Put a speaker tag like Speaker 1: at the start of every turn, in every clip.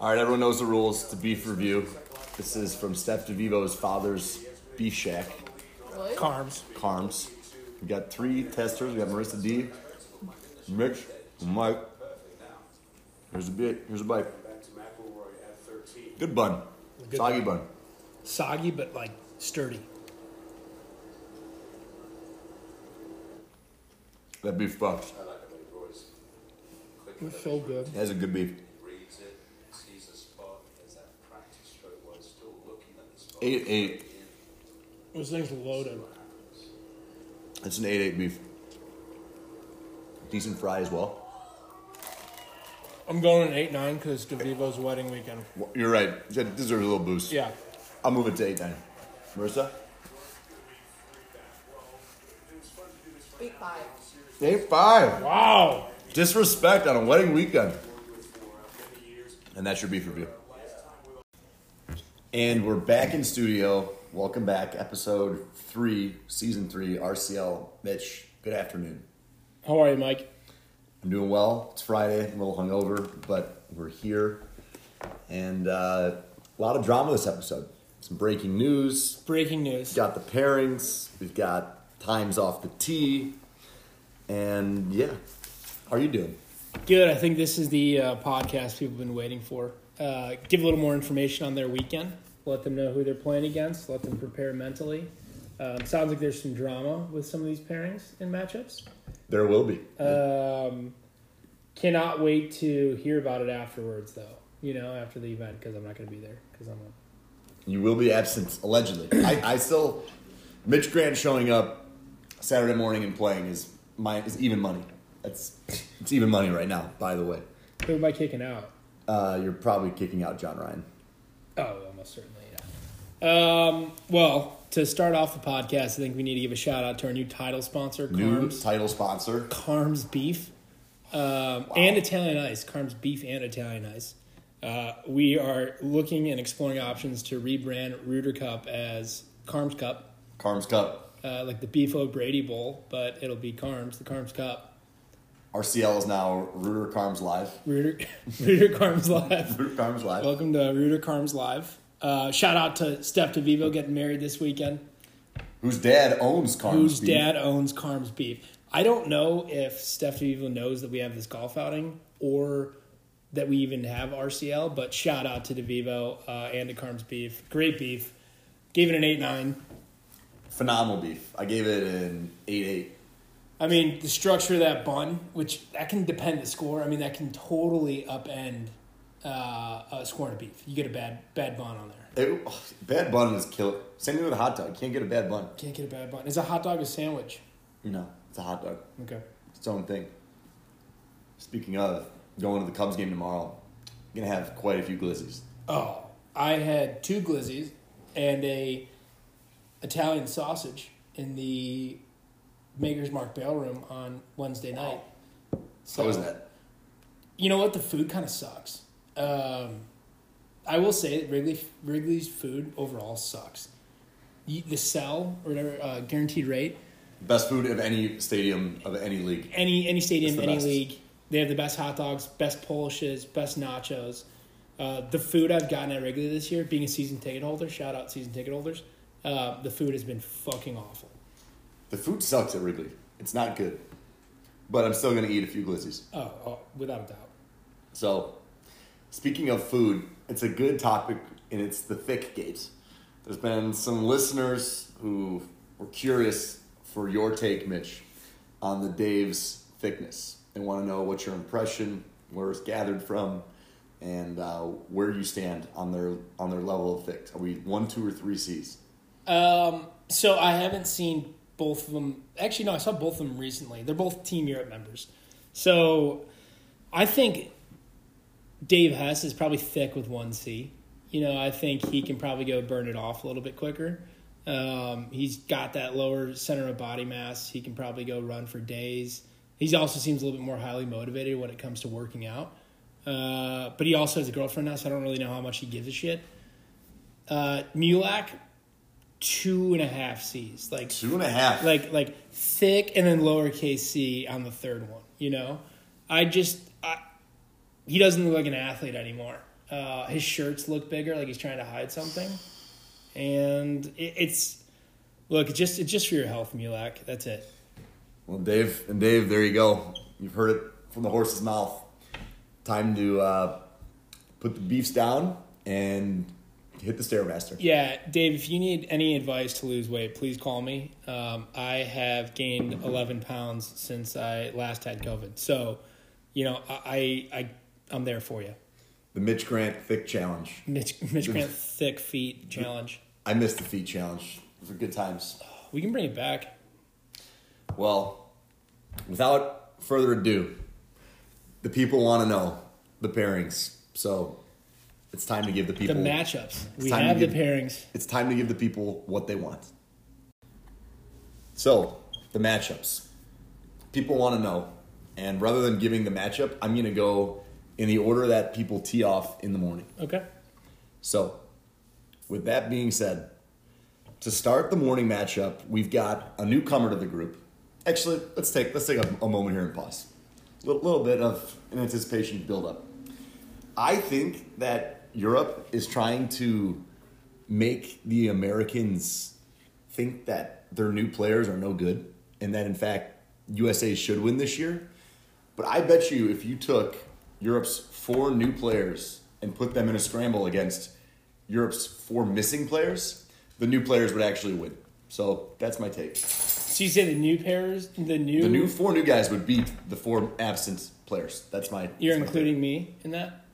Speaker 1: All right, everyone knows the rules. It's a beef review. This is from Steph DeVivo's father's beef shack,
Speaker 2: Really?
Speaker 3: Carbs.
Speaker 1: Carms. We got three testers. We got Marissa D, Mitch, and Mike. Here's a bit. Here's a bite. Good bun.
Speaker 3: Good
Speaker 1: Soggy bun.
Speaker 3: Soggy, but like sturdy.
Speaker 1: That beef bucks.
Speaker 3: It's so good.
Speaker 1: That's a good beef.
Speaker 4: reads it, sees a spot, there's that practice stroke while it's still looking at the spot.
Speaker 1: Eight eight.
Speaker 3: Those things are loaded.
Speaker 1: It's an eight eight beef. Decent fry as well.
Speaker 3: I'm going an 8 9 because DeVivo's wedding weekend.
Speaker 1: Well, You're right. That deserves a little boost.
Speaker 3: Yeah.
Speaker 1: I'll move it to eight nine. Marissa,
Speaker 2: Eight five.
Speaker 1: eight five.
Speaker 3: Wow.
Speaker 1: Disrespect on a wedding weekend. And that's your beef review. And we're back in studio. Welcome back, episode three, season three, RCL. Mitch, good afternoon.
Speaker 3: How are you, Mike?
Speaker 1: I'm doing well. It's Friday, I'm a little hungover, but we're here. And uh, a lot of drama this episode. Some breaking news,
Speaker 3: Breaking news.
Speaker 1: got the pairings. We've got times off the tee, and yeah, how are you doing?
Speaker 3: Good. I think this is the uh, podcast people have been waiting for. Uh, give a little more information on their weekend. Let them know who they're playing against. Let them prepare mentally. Um, sounds like there's some drama with some of these pairings and matchups.
Speaker 1: There will be.
Speaker 3: Um, cannot wait to hear about it afterwards, though. You know, after the event, because I'm not going to be there. Because I'm a,
Speaker 1: You will be absent allegedly. I, I still, Mitch Grant showing up Saturday morning and playing is my is even money. That's it's even money right now. By the way,
Speaker 3: who am I kicking out?
Speaker 1: uh, you're probably kicking out John Ryan.
Speaker 3: Oh, almost certainly, yeah. Um, well, to start off the podcast, I think we need to give a shout out to our new title sponsor,
Speaker 1: New
Speaker 3: Carms.
Speaker 1: title sponsor.
Speaker 3: Carm's beef um, and Italian ice. Carm's beef and Italian ice. Uh, we are looking and exploring options to rebrand Rooter Cup as Carm's Cup,
Speaker 1: Carms Cup.
Speaker 3: uh, like the Beef O'Brady Bowl, but it'll be Carm's, the Carm's Cup.
Speaker 1: RCL is now Rooter Carms Live.
Speaker 3: Rooter, Rooter Carm's Live.
Speaker 1: Rooter Carms Live.
Speaker 3: Welcome to Rooter Carm's Live. Uh, shout out to Steph DeVivo getting married this weekend.
Speaker 1: whose dad owns Carms?
Speaker 3: whose
Speaker 1: Beef.
Speaker 3: dad owns Carm's Beef. I don't know if Steph even knows that we have this golf outing or that we even have RCL, but shout out to DeVivo uh, and to Carm's Beef. Great beef. Gave it an 8 9.
Speaker 1: Phenomenal beef. I gave it an eight eight.
Speaker 3: I mean, the structure of that bun, which that can depend the score. I mean, that can totally upend uh, a score on a beef. You get a bad bad bun on there.
Speaker 1: It, oh, bad bun is killer. Same thing with a hot dog. You can't get a bad bun.
Speaker 3: Can't get a bad bun. Is a hot dog a sandwich?
Speaker 1: You know, it's a hot dog.
Speaker 3: Okay.
Speaker 1: It's its own thing. Speaking of, going to the Cubs game tomorrow, you're going to have quite a few glizzies.
Speaker 3: Oh, I had two glizzies and a Italian sausage in the Maker's Mark Bale Room on Wednesday night. So
Speaker 1: How was that?
Speaker 3: You know what? The food kind of sucks. Um, I will say that Wrigley Wrigley's food overall sucks. You- The sell or whatever uh, guaranteed rate.
Speaker 1: Best food of any stadium, of any league.
Speaker 3: Any any
Speaker 1: It's
Speaker 3: stadium,
Speaker 1: the
Speaker 3: any
Speaker 1: best.
Speaker 3: league, they have the best hot dogs, best polishes, best nachos. Uh, the food I've gotten at Wrigley this year, being a season ticket holder, shout out season ticket holders, uh, the food has been fucking awful.
Speaker 1: The food sucks at Wrigley. It's not good. But I'm still going to eat a few glizzies.
Speaker 3: Oh, oh without a doubt.
Speaker 1: So, speaking of food, it's a good topic, and it's the thick gate. There's been some listeners who were curious for your take, Mitch, on the Dave's thickness. They want to know what your impression, where it's gathered from, and uh, where you stand on their on their level of thick. Are we one, two, or three C's?
Speaker 3: Um, so I haven't seen both of them. Actually, no, I saw both of them recently. They're both Team Europe members. So I think Dave Hess is probably thick with one C. You know, I think he can probably go burn it off a little bit quicker. Um, he's got that lower center of body mass. He can probably go run for days. He also seems a little bit more highly motivated when it comes to working out. Uh, but he also has a girlfriend now, so I don't really know how much he gives a shit. Uh, Mulak, two and a half C's. Like
Speaker 1: Two and a half.
Speaker 3: like like thick and then lowercase c on the third one. You know, I just I, he doesn't look like an athlete anymore. Uh, his shirts look bigger, like he's trying to hide something. And it, it's look, it's just it's just for your health, Mulak. That's it.
Speaker 1: Well, Dave and Dave, there you go. You've heard it from the horse's mouth. Time to uh, put the beefs down and hit the stairmaster.
Speaker 3: Yeah, Dave, if you need any advice to lose weight, please call me. Um, I have gained 11 pounds since I last had COVID. So, you know, I, I, I I'm there for you.
Speaker 1: The Mitch Grant thick challenge.
Speaker 3: Mitch, Mitch Grant thick feet challenge.
Speaker 1: I missed the feet challenge. Those were good times.
Speaker 3: We can bring it back.
Speaker 1: Well, without further ado, the people want to know the pairings. So it's time to give the
Speaker 3: The
Speaker 1: people
Speaker 3: matchups. We
Speaker 1: time to
Speaker 3: have the
Speaker 1: give-
Speaker 3: pairings.
Speaker 1: It's time to give the people what they want. So the matchups. People want to know, and rather than giving the matchup, I'm going to go in the order that people tee off in the morning.
Speaker 3: Okay.
Speaker 1: So, with that being said, to start the morning matchup, we've got a newcomer to the group. Actually, let's take let's take a, a moment here and pause. A little, little bit of an anticipation buildup. I think that Europe is trying to make the Americans think that their new players are no good, and that in fact USA should win this year. But I bet you if you took Europe's four new players and put them in a scramble against Europe's four missing players, the new players would actually win. So that's my take.
Speaker 3: So you say the new pairs, the new,
Speaker 1: The new four new guys would beat the four absent players. That's my.
Speaker 3: you're
Speaker 1: that's my take.
Speaker 3: including me in that?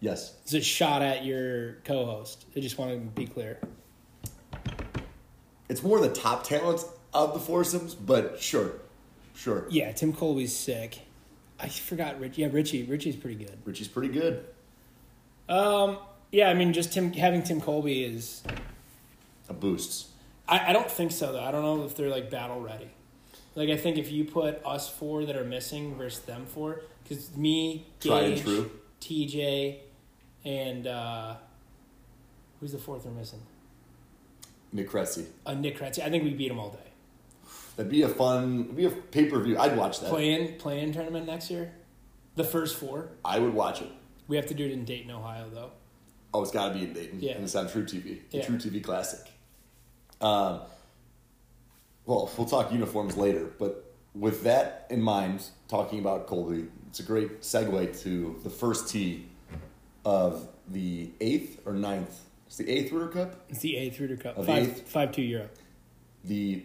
Speaker 1: Yes.
Speaker 3: Is it shot at your co-host? I just want to be clear.
Speaker 1: It's more the top talent of the foursomes, but sure, sure.
Speaker 3: Yeah, Tim Colby's sick. I forgot Rich. Yeah, Richie. Richie's pretty good.
Speaker 1: Richie's pretty good.
Speaker 3: Um, yeah, I mean, just Tim having Tim Colby is.
Speaker 1: A boost.
Speaker 3: I, I don't think so though. I don't know if they're like battle ready. Like I think if you put us four that are missing versus them four, because me, Gage,
Speaker 1: Tried and true.
Speaker 3: TJ, and uh, who's the fourth we're missing?
Speaker 1: Nick Cressy.
Speaker 3: Uh, Nick Kretzi. I think we beat them all day.
Speaker 1: That'd be a fun. It'd be a pay per view. I'd watch that.
Speaker 3: Playing playing tournament next year, the first four.
Speaker 1: I would watch it.
Speaker 3: We have to do it in Dayton, Ohio, though.
Speaker 1: Oh, it's got to be in Dayton.
Speaker 3: Yeah.
Speaker 1: And it's on True TV. The
Speaker 3: Yeah.
Speaker 1: True TV Classic. Um, well, we'll talk uniforms later, but with that in mind, talking about Colby, it's a great segue to the first tee of the eighth or ninth. It's the eighth River Cup.
Speaker 3: It's the eighth Rooter Cup.
Speaker 1: Of Oh, the
Speaker 3: five
Speaker 1: eighth?
Speaker 3: five two Euro.
Speaker 1: The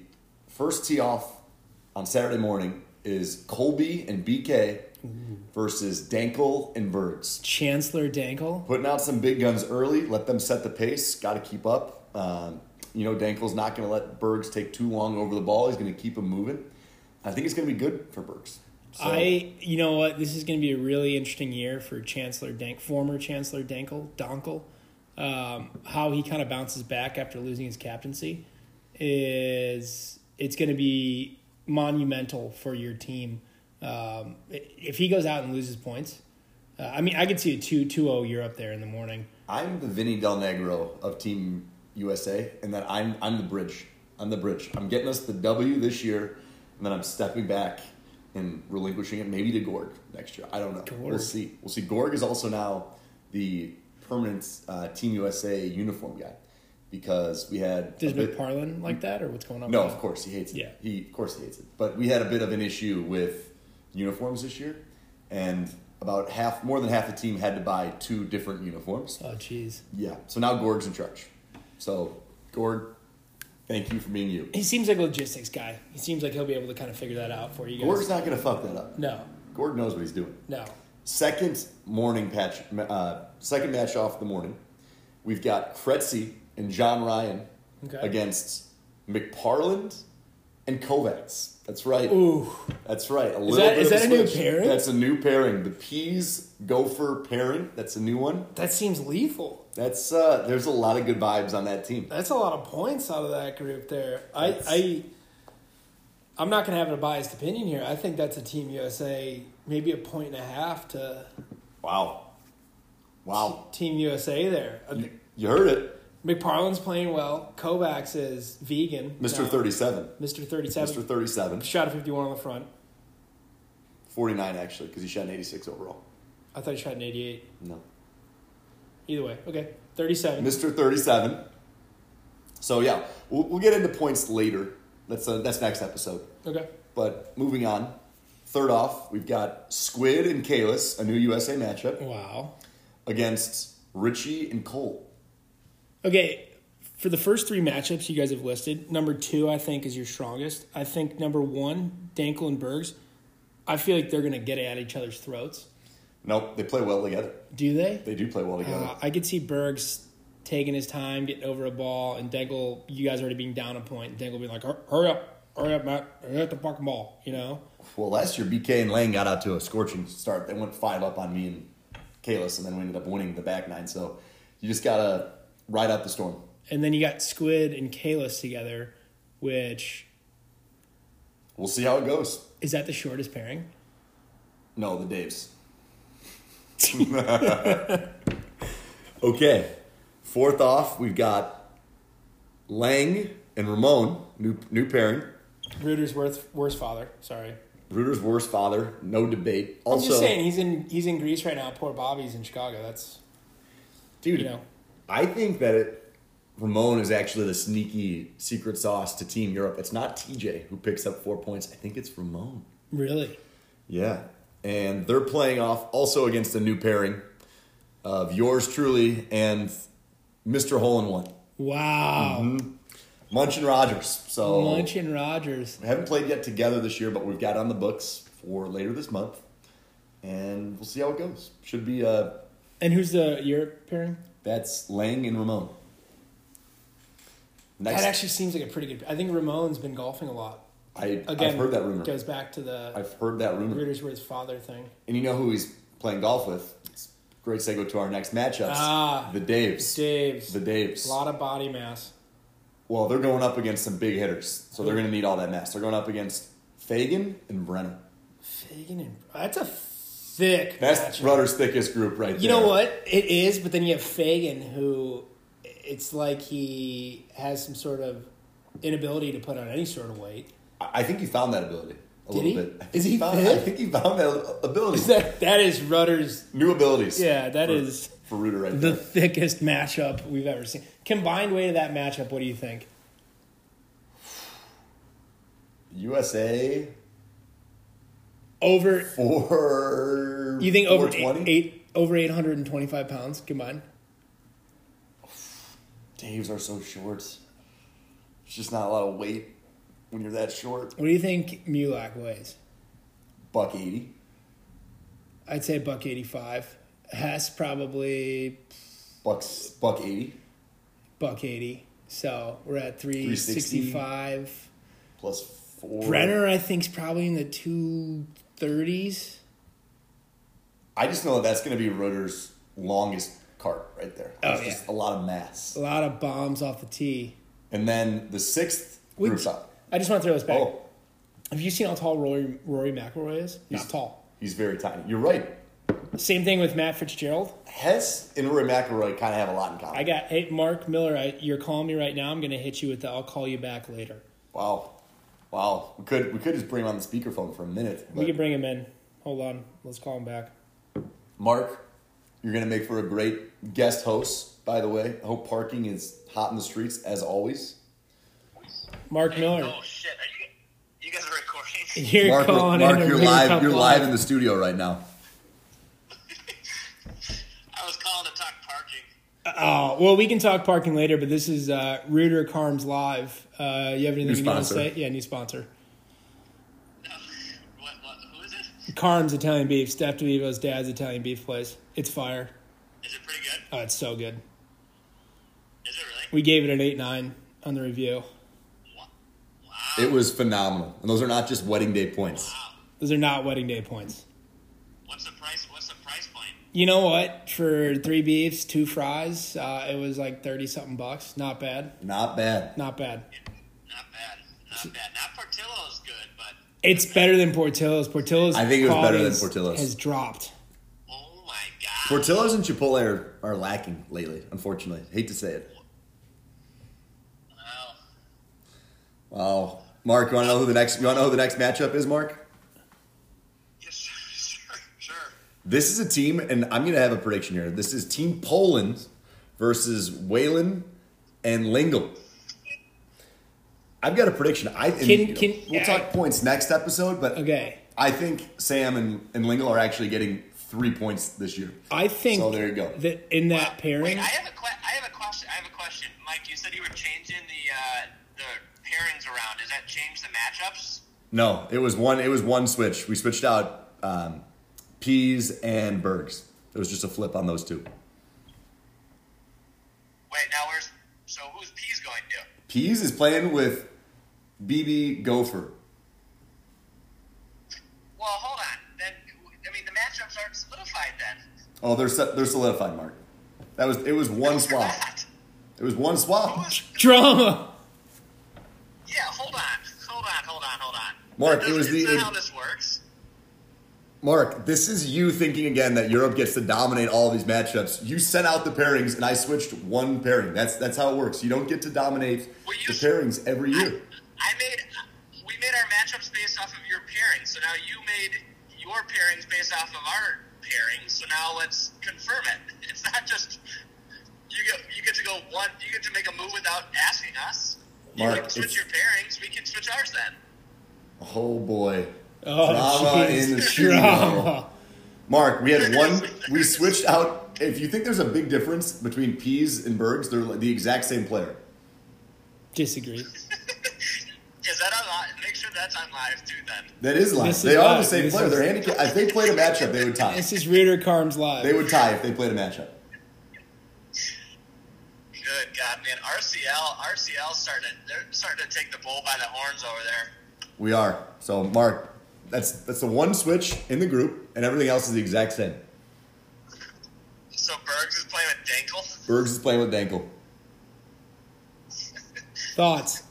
Speaker 1: first tee off on Saturday morning is Colby and BK versus Dankel and Birds.
Speaker 3: Chancellor Dangle.
Speaker 1: putting out some big guns early. Let them set the pace. Got to keep up. Um, you know, Dankel's not going to let Bergs take too long over the ball. He's going to keep him moving. I think it's going to be good for Bergs. So,
Speaker 3: I, you know what? This is going to be a really interesting year for Chancellor Dank, former Chancellor Dankel, Donkel. Um, how he kind of bounces back after losing his captaincy is it's going to be monumental for your team. Um, i- if he goes out and loses points, uh, I mean, I could see a 2 2 Europe there in the morning.
Speaker 1: I'm the Vinny Del Negro of Team USA, and that I'm I'm the bridge. I'm the bridge. I'm getting us the W this year, and then I'm stepping back and relinquishing it maybe to Gorg next year. I don't know. We'll
Speaker 3: Gorg.
Speaker 1: see. We'll see. Gorg is also now the permanent uh, Team USA uniform guy because we had
Speaker 3: Does
Speaker 1: a bit-
Speaker 3: McParlin like that, or what's going on?
Speaker 1: No,
Speaker 3: with
Speaker 1: of
Speaker 3: that?
Speaker 1: course he hates it.
Speaker 3: Yeah.
Speaker 1: He of course he hates it. But we had a bit of an issue with uniforms this year, and about half, more than half the team had to buy two different uniforms.
Speaker 3: Oh, jeez.
Speaker 1: Yeah. So now Gorg's in charge. So Gorg, thank you for being you.
Speaker 3: He seems like a logistics guy. He seems like he'll be able to kind of figure that out for you guys.
Speaker 1: Gorg's not gonna fuck that up.
Speaker 3: No,
Speaker 1: Gorg knows what he's doing.
Speaker 3: no.
Speaker 1: Second morning patch, uh, second match off the morning, we've got Kretzy and John Ryan
Speaker 3: Okay.
Speaker 1: against McParland and Kovacs. That's right.
Speaker 3: Ooh.
Speaker 1: That's right. A little
Speaker 3: that-
Speaker 1: bit
Speaker 3: is
Speaker 1: of
Speaker 3: that a new
Speaker 1: switch.
Speaker 3: pairing?
Speaker 1: That's a new pairing. The peas gopher pairing. That's a new one.
Speaker 3: That seems lethal.
Speaker 1: That's uh, there's a lot of good vibes on that team.
Speaker 3: That's a lot of points out of that group there. I,
Speaker 1: That's-
Speaker 3: I I'm not gonna have a biased opinion here. I think that's a Team USA, maybe a point and a half to
Speaker 1: Wow, wow.
Speaker 3: Team USA there. Uh,
Speaker 1: You, you heard it,
Speaker 3: McParland's playing well. Kovacs is vegan.
Speaker 1: Mr.
Speaker 3: now.
Speaker 1: Thirty Seven.
Speaker 3: Mr. Thirty
Speaker 1: Mr.
Speaker 3: Seven.
Speaker 1: Thirty Seven.
Speaker 3: Shot a fifty one on the front.
Speaker 1: Forty nine actually, because he shot an eighty six overall.
Speaker 3: I thought he shot an eighty eight.
Speaker 1: No.
Speaker 3: Either way, okay, thirty-seven.
Speaker 1: Mr. 37. So yeah, we'll, we'll get into points later. That's uh, that's next episode.
Speaker 3: okay,
Speaker 1: But moving on. Third off, we've got Squid and Kalis, a new USA matchup
Speaker 3: wow.
Speaker 1: against Richie and Cole.
Speaker 3: Okay, for the first three matchups you guys have listed, number two I think is your strongest. I think number one, Dankel and Bergs. I feel like they're gonna get at each other's throats.
Speaker 1: Nope, they play well together.
Speaker 3: Do they?
Speaker 1: They do play well together.
Speaker 3: Uh, I could see Bergs taking his time, getting over a ball, and Dangle, you guys already being down a point. Dangle being like, "Hur- "Hurry up, hurry up, Matt, hurry up the fucking ball," you know.
Speaker 1: Well, last year BK and Lane got out to a scorching start. They went five up on me and Kalis, and then we ended up winning the back nine. So you just gotta ride out the storm.
Speaker 3: And then you got Squid and Kalis together, which
Speaker 1: We'll see how it goes.
Speaker 3: is that the shortest pairing?
Speaker 1: No, the Daves. okay. Fourth off, we've got Lang and Ramon, new new pairing.
Speaker 3: Reuter's worth worst father. Sorry.
Speaker 1: Reuter's worst father, no debate. Also,
Speaker 3: I'm just saying he's in he's in Greece right now. Poor Bobby's in Chicago. That's
Speaker 1: dude,
Speaker 3: you know.
Speaker 1: I think that it, Ramon is actually the sneaky secret sauce to Team Europe. It's not TJ who picks up four points. I think it's Ramon.
Speaker 3: Really?
Speaker 1: Yeah. And they're playing off also against a new pairing of yours truly and Mr. Hole in One,
Speaker 3: Wow.
Speaker 1: Mm-hmm. Munch and Rogers. So
Speaker 3: Munch and Rogers.
Speaker 1: we haven't played yet together this year, but we've got on the books for later this month. And we'll see how it goes. Should be uh
Speaker 3: And who's the Europe pairing?
Speaker 1: that's Lang and Ramon. Next,
Speaker 3: That actually seems like a pretty good. I think Ramon's been golfing a lot.
Speaker 1: I,
Speaker 3: Again,
Speaker 1: I've heard that rumor.
Speaker 3: Goes back to the
Speaker 1: I've heard that rumor.
Speaker 3: Rittersworth father thing.
Speaker 1: And you know who he's playing golf with? It's a great segue to our next matchups.
Speaker 3: Ah,
Speaker 1: the Daves.
Speaker 3: Dave's
Speaker 1: The Daves.
Speaker 3: a lot of body mass.
Speaker 1: well, they're going up against some big hitters, so they're going to need all that mass. They're going up against Fagan and Brennan.
Speaker 3: Fagan and that's a thick.
Speaker 1: That's
Speaker 3: matchup.
Speaker 1: Rutter's thickest group right
Speaker 3: You
Speaker 1: there.
Speaker 3: know what? It is, but then you have Fagan, who it's like he has some sort of inability to put on any sort of weight.
Speaker 1: I I think he found that ability a little
Speaker 3: Did he?
Speaker 1: bit. I think
Speaker 3: Is he
Speaker 1: found,
Speaker 3: fit?
Speaker 1: I think he found that ability.
Speaker 3: Is that that is Rutter's
Speaker 1: New abilities.
Speaker 3: Yeah, that
Speaker 1: that is
Speaker 3: is
Speaker 1: for, Reuter right
Speaker 3: the
Speaker 1: there.
Speaker 3: thickest matchup we've ever seen. Combined weight of that matchup, what do you think?
Speaker 1: USA
Speaker 3: Over
Speaker 1: four.
Speaker 3: you think over eight,
Speaker 1: 420?
Speaker 3: eight over eight hundred and twenty five pounds combined?
Speaker 1: Daves are so short. It's just not a lot of weight when you're that short.
Speaker 3: What do you think Mulak weighs?
Speaker 1: Buck eighty.
Speaker 3: I'd say buck eighty five. Hess probably
Speaker 1: Bucks buck eighty
Speaker 3: buck eighty. So we're at three
Speaker 1: 360.
Speaker 3: sixty five.
Speaker 1: plus four.
Speaker 3: Brenner, I think, is probably in the two thirties.
Speaker 1: I just know that that's going to be Rutter's longest cart right there.
Speaker 3: Oh,
Speaker 1: It's
Speaker 3: yeah.
Speaker 1: just a lot of mass.
Speaker 3: A lot of bombs off the tee.
Speaker 1: And then the sixth
Speaker 3: Which-
Speaker 1: group's up.
Speaker 3: I just want to throw this back.
Speaker 1: Oh,
Speaker 3: Have you seen how tall Rory Rory McIlroy is? Not tall.
Speaker 1: he's very tiny. You're right.
Speaker 3: Same thing with Matt Fitzgerald.
Speaker 1: Hess and Rory McIlroy kind of have a lot in common.
Speaker 3: I got hey Mark Miller. I, you're calling me right now. I'm gonna hit you with the. I'll call you back later.
Speaker 1: wow, wow. We could we could just bring him on the speakerphone for a minute.
Speaker 3: we
Speaker 1: but-
Speaker 3: can bring him in. Hold on. Let's call him back.
Speaker 1: Mark, you're going to make for a great guest host, by the way. I hope parking is hot in the streets, as always.
Speaker 3: Mark Miller.
Speaker 5: Oh shit! Are you, you guys are recording?
Speaker 3: You're
Speaker 1: Mark,
Speaker 3: calling
Speaker 1: Mark,
Speaker 3: in. to
Speaker 1: you're
Speaker 3: bring a
Speaker 1: live.
Speaker 3: couple
Speaker 1: You're live in the studio right now.
Speaker 5: I was calling to talk parking.
Speaker 3: Oh well, we can talk parking later. But this is uh, Reuter Carms live. Uh, you have anything
Speaker 1: New
Speaker 3: you want to
Speaker 1: sponsor.
Speaker 3: say? Yeah, new sponsor.
Speaker 5: No, what, what? Who is it?
Speaker 3: Carms Italian Beef. Steph DeVivo's dad's Italian beef place. It's fire.
Speaker 5: Is it pretty good?
Speaker 3: Oh, it's so good.
Speaker 5: Is it really?
Speaker 3: We gave it an eight nine on the review.
Speaker 5: Wow.
Speaker 1: It was phenomenal, and those are not just wedding day points.
Speaker 5: Wow.
Speaker 3: Those are not wedding day points.
Speaker 5: What's the price? What's the price point?
Speaker 3: You know what? For three beefs, two fries, uh, it was like thirty something bucks. Not bad.
Speaker 1: Not bad.
Speaker 3: Not bad.
Speaker 5: Not bad. Not bad. Not Portillo's good, but
Speaker 3: It's better than Portillo's. Portillo's.
Speaker 1: I think it was better than
Speaker 3: quality has-
Speaker 1: Portillo's.
Speaker 3: Has dropped.
Speaker 5: oh my god!
Speaker 1: Portillo's and Chipotle are, are lacking lately, unfortunately. Hate to say it.
Speaker 5: wow.
Speaker 1: Wow, Mark, you want to know who the next? You want to know who the next matchup is, Mark?
Speaker 5: Yes, sure, sure.
Speaker 1: This is a team, and I'm going to have a prediction here. This is Team Poland versus Whalen and Lingle. I've got a prediction. I and,
Speaker 3: Can-
Speaker 1: you know,
Speaker 3: can-
Speaker 1: we'll talk points next episode, but
Speaker 3: Okay.
Speaker 1: I think Sam and, and Lingle are actually getting three points this year.
Speaker 3: I think
Speaker 1: So there you go.
Speaker 3: that in that
Speaker 5: Wait,
Speaker 3: pairing,
Speaker 5: I have a que- I have a question. I have a question, Mike. You said you were changing the uh, the pairings around. Does that change the matchups?
Speaker 1: No, it was one. It was one switch. We switched out um, Peas and Bergs. It was just a flip on those two.
Speaker 5: Wait, now where's so who's P's going to?
Speaker 1: Peas is playing with BB Gopher.
Speaker 5: Well, hold on. Then I mean the matchups aren't solidified then.
Speaker 1: Oh, they're so- they're solidified, Mark. That was it. Was one
Speaker 5: Who's
Speaker 1: swap.
Speaker 5: that?
Speaker 1: It was one swap.
Speaker 5: Who's-
Speaker 3: drama.
Speaker 5: Yeah, hold on, hold on, hold on, hold on.
Speaker 1: Mark,
Speaker 5: That
Speaker 1: it was
Speaker 5: doesn't-
Speaker 1: the-
Speaker 5: That's not how this works.
Speaker 1: Mark, this is you thinking again that Europe gets to dominate all these matchups. You sent out the pairings, and I switched one pairing. That's that's how it works. You don't get to dominate
Speaker 5: Well, you
Speaker 1: the
Speaker 5: s-
Speaker 1: pairings every
Speaker 5: I,
Speaker 1: year.
Speaker 5: I made we made our matchups based off of your pairings. So now you made your pairings based off of our pairings. So now let's confirm it. It's not just you get you get to go one. You get to make a move without asking us. You
Speaker 1: Mark,
Speaker 5: can
Speaker 1: it's-
Speaker 5: switch your pairings. We can switch ours then.
Speaker 1: Oh boy,
Speaker 3: Oh,
Speaker 1: drama
Speaker 3: jeez.
Speaker 1: in the studio.
Speaker 3: Drama.
Speaker 1: Mark, we had one. We switched out. If you think there's a big difference between Peas and Bergs, they're the exact same player.
Speaker 3: Disagree.
Speaker 5: Is that on live? Make sure that's on live too. Then
Speaker 1: That is live.
Speaker 3: This is
Speaker 1: they are the
Speaker 3: live.
Speaker 1: same
Speaker 3: This
Speaker 1: player.
Speaker 3: is-
Speaker 1: They're handicap. If they played a matchup, they would tie.
Speaker 3: This is Reader Carms live.
Speaker 1: They would tie if they played a matchup.
Speaker 5: good God, man, RCL RCL started. They're starting to take the bull by the horns over there.
Speaker 1: We are. So Mark, that's that's the one switch in the group, and everything else is the exact same.
Speaker 5: So Bergs is playing with Dangle.
Speaker 1: Bergs is playing with Dankel.
Speaker 3: Thoughts?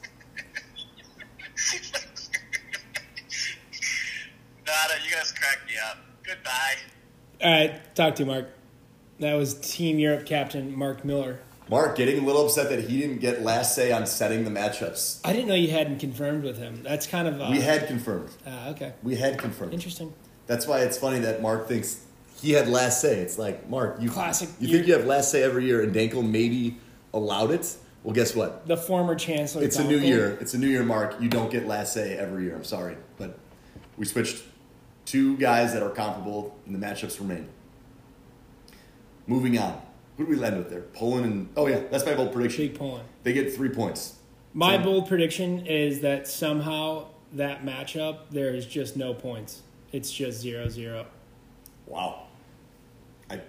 Speaker 5: Nada, you guys crack me up. Goodbye.
Speaker 3: All right, talk to you, Mark. That was Team Europe captain Mark Miller.
Speaker 1: Mark getting a little upset that he didn't get last say on setting the matchups.
Speaker 3: I didn't know you hadn't confirmed with him. That's kind of uh,
Speaker 1: We had confirmed.
Speaker 3: uh, okay,
Speaker 1: We had confirmed.
Speaker 3: interesting.
Speaker 1: That's why it's funny that Mark thinks he had last say. It's like Mark, you
Speaker 3: Classic.
Speaker 1: You think you have last say every year, and Dankel maybe allowed it. Well, guess what?
Speaker 3: The former chancellor.
Speaker 1: It's a new
Speaker 3: Donkel.
Speaker 1: year. It's a new year, Mark. You don't get last say every year. I'm sorry, but we switched two guys that are comparable, and the matchups remain. Moving on. Who do we land with there? Poland and oh yeah, that's my bold prediction.
Speaker 3: Big Poland.
Speaker 1: They get three points.
Speaker 3: My
Speaker 1: So-
Speaker 3: bold prediction is that somehow that matchup there is just no points. It's just zero zero
Speaker 1: Wow. I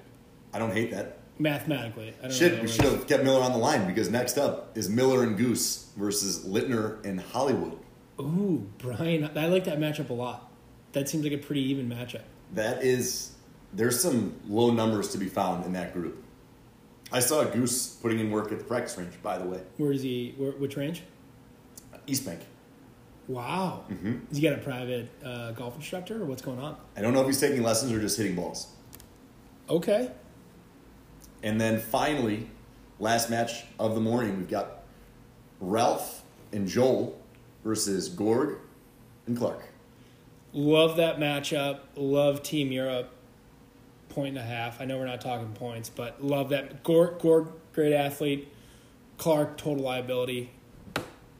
Speaker 1: I don't hate that.
Speaker 3: mathematically. I don't
Speaker 1: Shit,
Speaker 3: know
Speaker 1: we
Speaker 3: what-
Speaker 1: should have kept Miller on the line because next up is Miller and Goose versus Littner and Hollywood.
Speaker 3: Ooh, Brian, I like that matchup a lot. That seems like a pretty even matchup.
Speaker 1: That is, there's some low numbers to be found in that group. I saw Goose putting in work at the practice range, by the way.
Speaker 3: Where is he? Where, which range?
Speaker 1: East Bank.
Speaker 3: Wow. Mm-hmm. Has he got a private uh, golf instructor, or what's going on?
Speaker 1: I don't know if he's taking lessons or just hitting balls.
Speaker 3: Okay.
Speaker 1: And then finally, last match of the morning, we've got Ralph and Joel versus Gorg and Clark.
Speaker 3: Love that matchup. Love Team Europe. Point and a half. I know we're not talking points, but love that. Gord, Gord great athlete. Clark, total liability.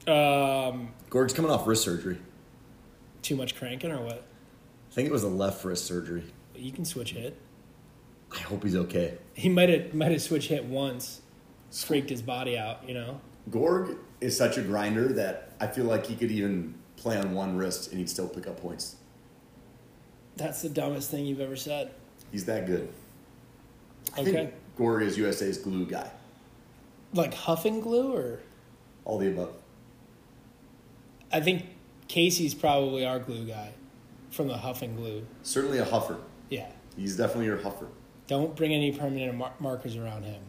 Speaker 3: Um,
Speaker 1: Gorg's coming off wrist surgery.
Speaker 3: too much cranking or what?
Speaker 1: I think it was a left wrist surgery.
Speaker 3: You can switch hit.
Speaker 1: I hope he's okay.
Speaker 3: He might have might have switch hit once, freaked his body out. You know.
Speaker 1: Gorg is such a grinder that I feel like he could even play on one wrist and he'd still pick up points.
Speaker 3: That's the dumbest thing you've ever said.
Speaker 1: He's that good. I
Speaker 3: Okay.
Speaker 1: think Gorg is USA's glue guy.
Speaker 3: Like huffing glue or
Speaker 1: All the above.
Speaker 3: I think Casey's probably our glue guy from the huffing glue.
Speaker 1: Certainly a huffer.
Speaker 3: Yeah.
Speaker 1: He's definitely your huffer.
Speaker 3: Don't bring any permanent mar- markers around him.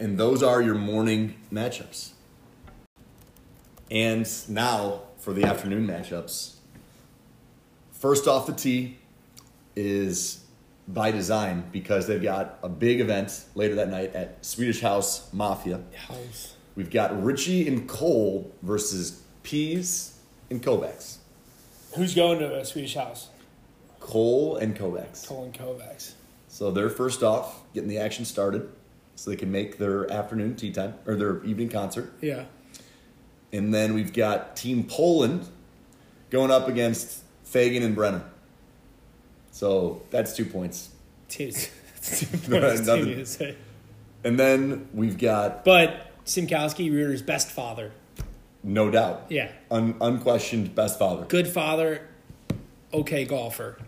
Speaker 1: And those are your morning matchups. And now for the afternoon matchups. First off the tee is by design because they've got a big event later that night at Swedish House Mafia.
Speaker 3: House.
Speaker 1: We've got Richie and Cole versus Pease and Kovacs.
Speaker 3: Who's going to a Swedish house?
Speaker 1: Cole and Kovacs.
Speaker 3: Colin Kovacs.
Speaker 1: So they're first off getting the action started, so they can make their afternoon tea time or their evening concert.
Speaker 3: Yeah.
Speaker 1: And then we've got Team Poland going up against Fagan and Brennan. So that's two points.
Speaker 3: Two, two
Speaker 1: No,
Speaker 3: points too,
Speaker 1: nothing.
Speaker 3: you say.
Speaker 1: And then we've got,
Speaker 3: But Simkowski, Reader's best father.
Speaker 1: no doubt,
Speaker 3: Yeah.
Speaker 1: un- unquestioned best father,
Speaker 3: Good father, okay golfer.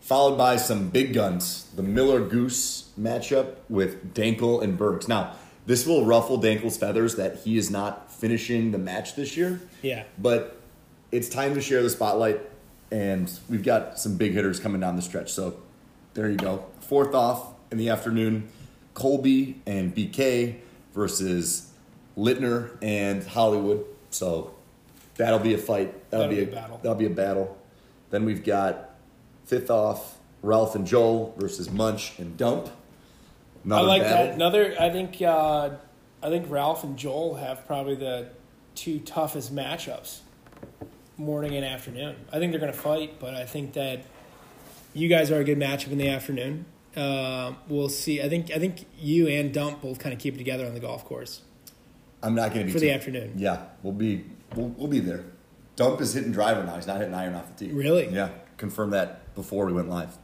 Speaker 1: followed by some big guns, the Miller Goose matchup with Dankel and Burks. Now, this will ruffle Dankel's feathers that he is not finishing the match this year.
Speaker 3: Yeah.
Speaker 1: But it's time to share the spotlight, and we've got some big hitters coming down the stretch. So there you go. Fourth off in the afternoon, Colby and BK versus Littner and Hollywood. So that'll be a fight. That'll, be, a, battle. That'll be a battle. Then we've got fifth off, Ralph and Joel versus Munch and Dump.
Speaker 3: I
Speaker 1: Another
Speaker 3: like
Speaker 1: battle.
Speaker 3: that. Another, I think, uh, I think Ralph and Joel have probably the two toughest matchups, morning and afternoon. I think they're going to fight, but I think that you guys are a good matchup in the afternoon. Uh, we'll see. I think I think you and Dump both kind of keep it together on the golf course.
Speaker 1: I'm not going to be
Speaker 3: For the
Speaker 1: too-
Speaker 3: afternoon.
Speaker 1: Yeah, we'll be we'll, we'll be there. Dump is hitting driver now. He's not hitting iron off the tee.
Speaker 3: Really?
Speaker 1: Yeah. Confirmed that before we went live.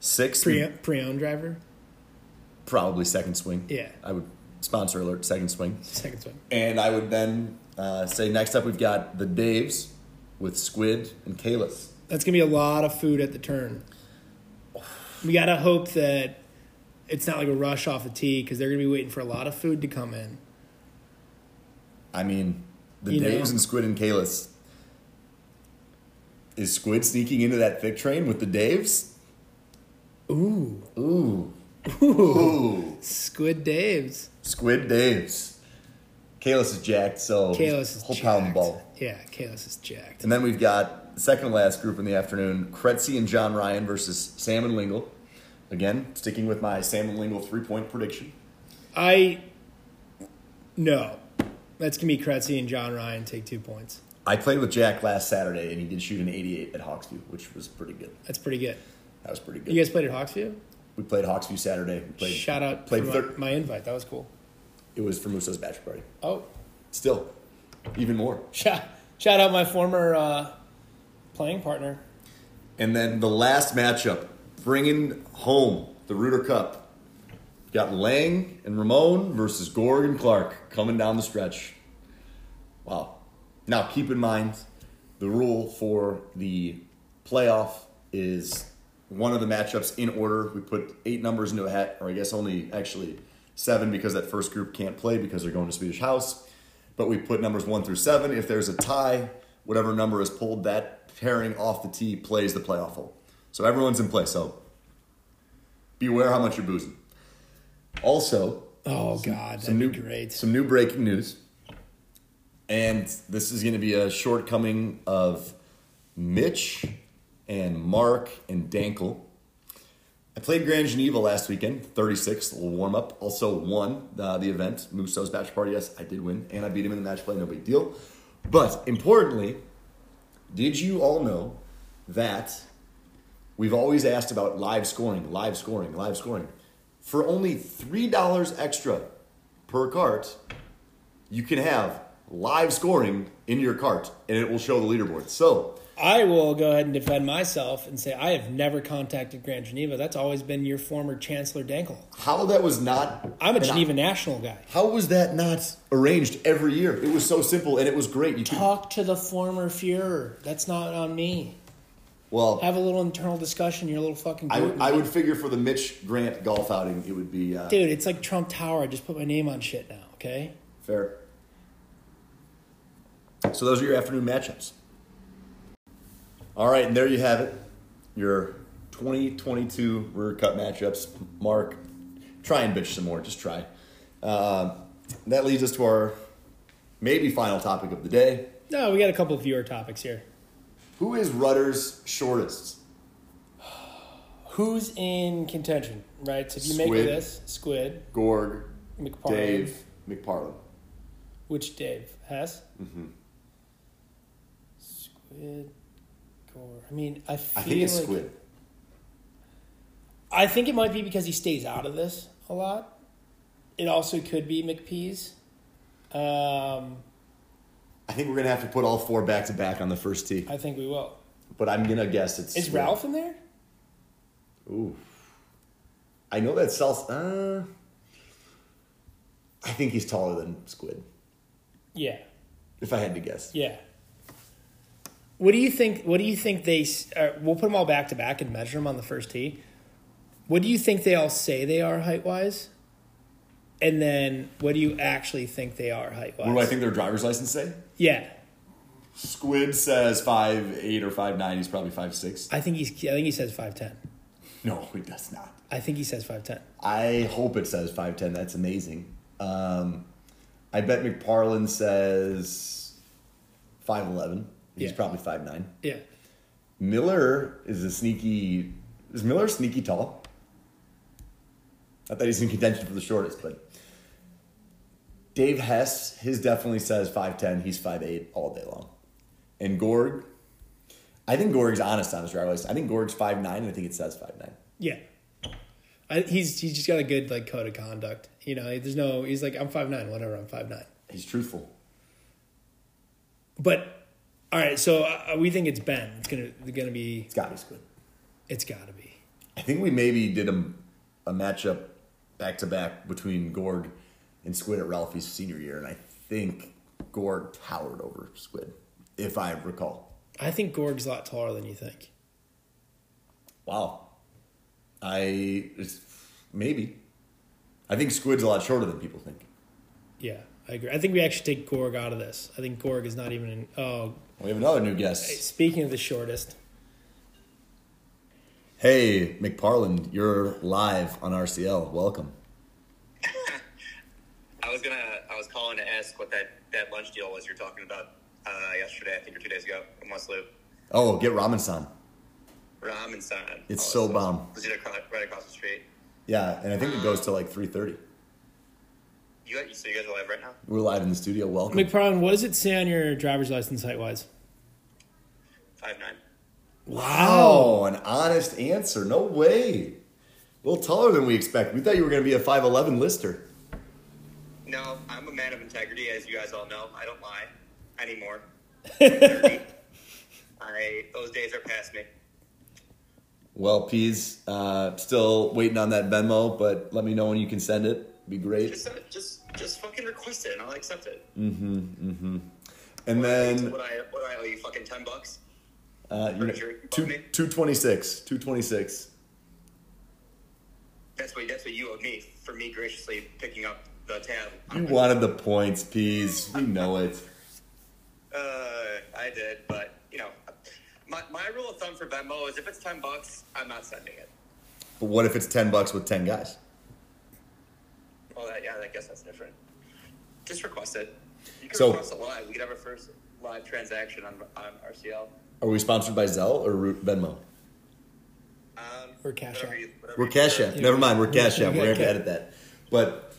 Speaker 1: Six
Speaker 3: Pre pre-owned driver,
Speaker 1: probably second swing.
Speaker 3: Yeah.
Speaker 1: I would sponsor alert second swing.
Speaker 3: second swing.
Speaker 1: And I would then uh, say next up we've got the Daves with Squid and Kalis.
Speaker 3: That's gonna be a lot of food at the turn. We gotta hope that it's not like a rush off the tee because they're gonna be waiting for a lot of food to come in.
Speaker 1: I mean, the
Speaker 3: You know.
Speaker 1: Daves and Squid and Kalis. Is Squid sneaking into that thick train with the Daves?
Speaker 3: Ooh,
Speaker 1: Ooh. Ooh.
Speaker 3: Squid Dave's.
Speaker 1: Squid Daves. Kalis is jacked, so
Speaker 3: Kalos is
Speaker 1: whole
Speaker 3: jacked.
Speaker 1: pound ball.
Speaker 3: Yeah, Kalos is jacked.
Speaker 1: And then we've got second last group in the afternoon, Kretzy and John Ryan versus Sam and Lingle. Again, sticking with my Sam and Lingle three point prediction.
Speaker 3: I no, that's gonna be Kretzy and John Ryan take two points.
Speaker 1: I played with Jack last Saturday and he did shoot an 88 at Hawksview, which was pretty good.
Speaker 3: That's pretty good.
Speaker 1: That was pretty good.
Speaker 3: You guys played at Hawksview.
Speaker 1: we played Hawksview Saturday. We played,
Speaker 3: Shout out
Speaker 1: Played
Speaker 3: for my,
Speaker 1: thir-
Speaker 3: my invite. That was cool.
Speaker 1: it was for Musa's bachelor party.
Speaker 3: Oh,
Speaker 1: Still, even more.
Speaker 3: shout shout out my former uh, playing partner.
Speaker 1: And then the last matchup, bringing home the Rooter Cup. We've got Lang and Ramon versus Gorg and Clark coming down the stretch. Wow. Now, keep in mind, the rule for the playoff is one of the matchups in order. We put eight numbers into a hat, or I guess only actually seven because that first group can't play because they're going to Swedish House. But we put numbers one through seven. If there's a tie, whatever number is pulled, that pairing off the tee plays the playoff hole. So everyone's in play. So beware how much you're boozing. Also,
Speaker 3: Oh God, that'd
Speaker 1: some new
Speaker 3: be great.
Speaker 1: some new breaking news and this is going to be a shortcoming of mitch and mark and dankel i played grand geneva last weekend 36 little warm-up also won uh, the event muso's bachelor party yes i did win and i beat him in the match play no big deal but importantly did you all know that We've always asked about live scoring, live scoring, live scoring. For only $3 extra per cart, you can have live scoring in your cart and it will show the leaderboard. So,
Speaker 3: I will go ahead and defend myself and say I have never contacted Grand Geneva. That's always been your former Chancellor Dankel.
Speaker 1: how that was not
Speaker 3: I'm a
Speaker 1: and I-
Speaker 3: Geneva National guy.
Speaker 1: How was that not arranged every year? It was so simple and it was great. You could,
Speaker 3: Talk to the former Fuhrer. That's not on me.
Speaker 1: well,
Speaker 3: Have a little internal discussion. Your little fucking
Speaker 1: I
Speaker 3: group.
Speaker 1: would, I would figure for the Mitch Grant golf outing, it would be uh,
Speaker 3: dude. It's like Trump Tower. I just put my name on shit now. Okay.
Speaker 1: fair. So, those are your afternoon matchups. All right, and there you have it. Your 2022 Rear Cup matchups. Mark, try and bitch some more. Just try. Uh, that leads us to our maybe final topic of the day.
Speaker 3: No, we got a couple of viewer topics here.
Speaker 1: Who is Rudder's shortest?
Speaker 3: Who's in contention? Right. So if you make
Speaker 1: Squid.
Speaker 3: this Squid
Speaker 1: Gorg,
Speaker 3: McParland,
Speaker 1: Dave, McParland.
Speaker 3: Which Dave? Hess? Mm-hmm. Squid, Gore. I mean, I feel
Speaker 1: I think it's
Speaker 3: like-
Speaker 1: squid.
Speaker 3: I think it might be because he stays out of this a lot. It also could be McPease. Um,
Speaker 1: I think we're gonna have to put all four back to back on the first tee.
Speaker 3: I think we will.
Speaker 1: But I'm gonna guess it's
Speaker 3: Is
Speaker 1: squid.
Speaker 3: Ralph in there?
Speaker 1: Ooh. I know that Sal's. Uh, I think he's taller than Squid,
Speaker 3: Yeah,
Speaker 1: if I had to guess.
Speaker 3: yeah. What do you think? What do you think they? s- Uh, we'll put them all back to back and measure them on the first tee. What do you think they all say they are height wise? And then what do you actually think they are height wise?
Speaker 1: What do I think their driver's license say?
Speaker 3: Yeah,
Speaker 1: Squid says five eight or five nine. He's probably five six.
Speaker 3: I think he's. I think he says five ten.
Speaker 1: No, he does not.
Speaker 3: I think he says five ten.
Speaker 1: I hope it says five ten. That's amazing. Um, I bet McParlin says five eleven. He's
Speaker 3: Yeah.
Speaker 1: probably five nine.
Speaker 3: Yeah,
Speaker 1: Miller is a sneaky. Is Miller sneaky tall? I thought he's in contention for the shortest, but Dave Hess, his definitely says five ten. He's five eight all day long, and Gorg. I think Gorg's honest on his driver list. I think Gorg's five nine, and I think it says five nine.
Speaker 3: yeah. I, he's he's just got a good like code of conduct. You know, there's no. He's like I'm five nine. Whatever, I'm five nine.
Speaker 1: He's truthful.
Speaker 3: But all right, so uh, we think it's Ben. It's gonna gonna be.
Speaker 1: It's got to be Squid.
Speaker 3: It's gotta be.
Speaker 1: I think we maybe did a, a matchup back to back between Gorg and Squid at Ralphie's senior year, and I think Gorg towered over Squid, if I recall.
Speaker 3: I think Gorg's a lot taller than you think.
Speaker 1: Wow. I it's, maybe. I think Squid's a lot shorter than people think.
Speaker 3: Yeah, I agree. I think we actually take Gorg out of this. I think Gorg is not even in. Oh,
Speaker 1: We have another new guest.
Speaker 3: speaking of the shortest,
Speaker 1: Hey, McParland, you're live on RCL. Welcome.
Speaker 6: I was gonna, I was calling to ask what that that lunch deal was you're talking about uh, yesterday, I think, or two days ago in West Loop.
Speaker 1: Oh, get Robinson.
Speaker 6: Ramen san.
Speaker 1: It's so bomb.
Speaker 6: Was it across, right across the street?
Speaker 1: Yeah, and I think it goes to like 3.30.
Speaker 6: You guys, so you guys are live right now?
Speaker 1: We're live in the studio. Welcome.
Speaker 3: McParland, what does it say on your driver's license height wise?
Speaker 6: Five nine.
Speaker 3: Wow.
Speaker 1: Oh, an honest answer. No way. A little taller than we expect. We thought you were going to be a 5'11 lister.
Speaker 6: No, I'm a man of integrity, as you guys all know. I don't lie anymore. I those days are past me.
Speaker 1: Well, Pease, uh, still waiting on that Venmo, but let me know when you can send it. Be great.
Speaker 6: Just, just, just fucking request it, and I'll accept it.
Speaker 1: And then
Speaker 6: what I, what I owe you, fucking ten bucks.
Speaker 1: uh, you know,
Speaker 6: Sure, you
Speaker 1: two,
Speaker 6: bought me.
Speaker 1: 226. 226.
Speaker 6: That's what, that's what you owe me for me graciously picking up the tab.
Speaker 1: You wanted the points, Pease. We know it.
Speaker 6: Uh, I did, but you know, my, my rule of thumb for Venmo is if it's ten bucks, I'm not sending it.
Speaker 1: But what if it's 10 bucks with 10 guys?
Speaker 6: Well, that, yeah, I guess that's different. Just request it. You can
Speaker 1: So-
Speaker 6: request it live. We could have our first live transaction on on RCL.
Speaker 1: Are we sponsored by Zelle or Ru- Venmo?
Speaker 6: Um,
Speaker 3: Or Cash
Speaker 6: whatever
Speaker 3: App.
Speaker 6: you- whatever
Speaker 1: We're
Speaker 6: you
Speaker 1: Cash
Speaker 6: prefer.
Speaker 1: App. Never mind. We're Cash
Speaker 3: Yeah,
Speaker 1: App. We're going to
Speaker 3: okay.
Speaker 1: have to edit that. But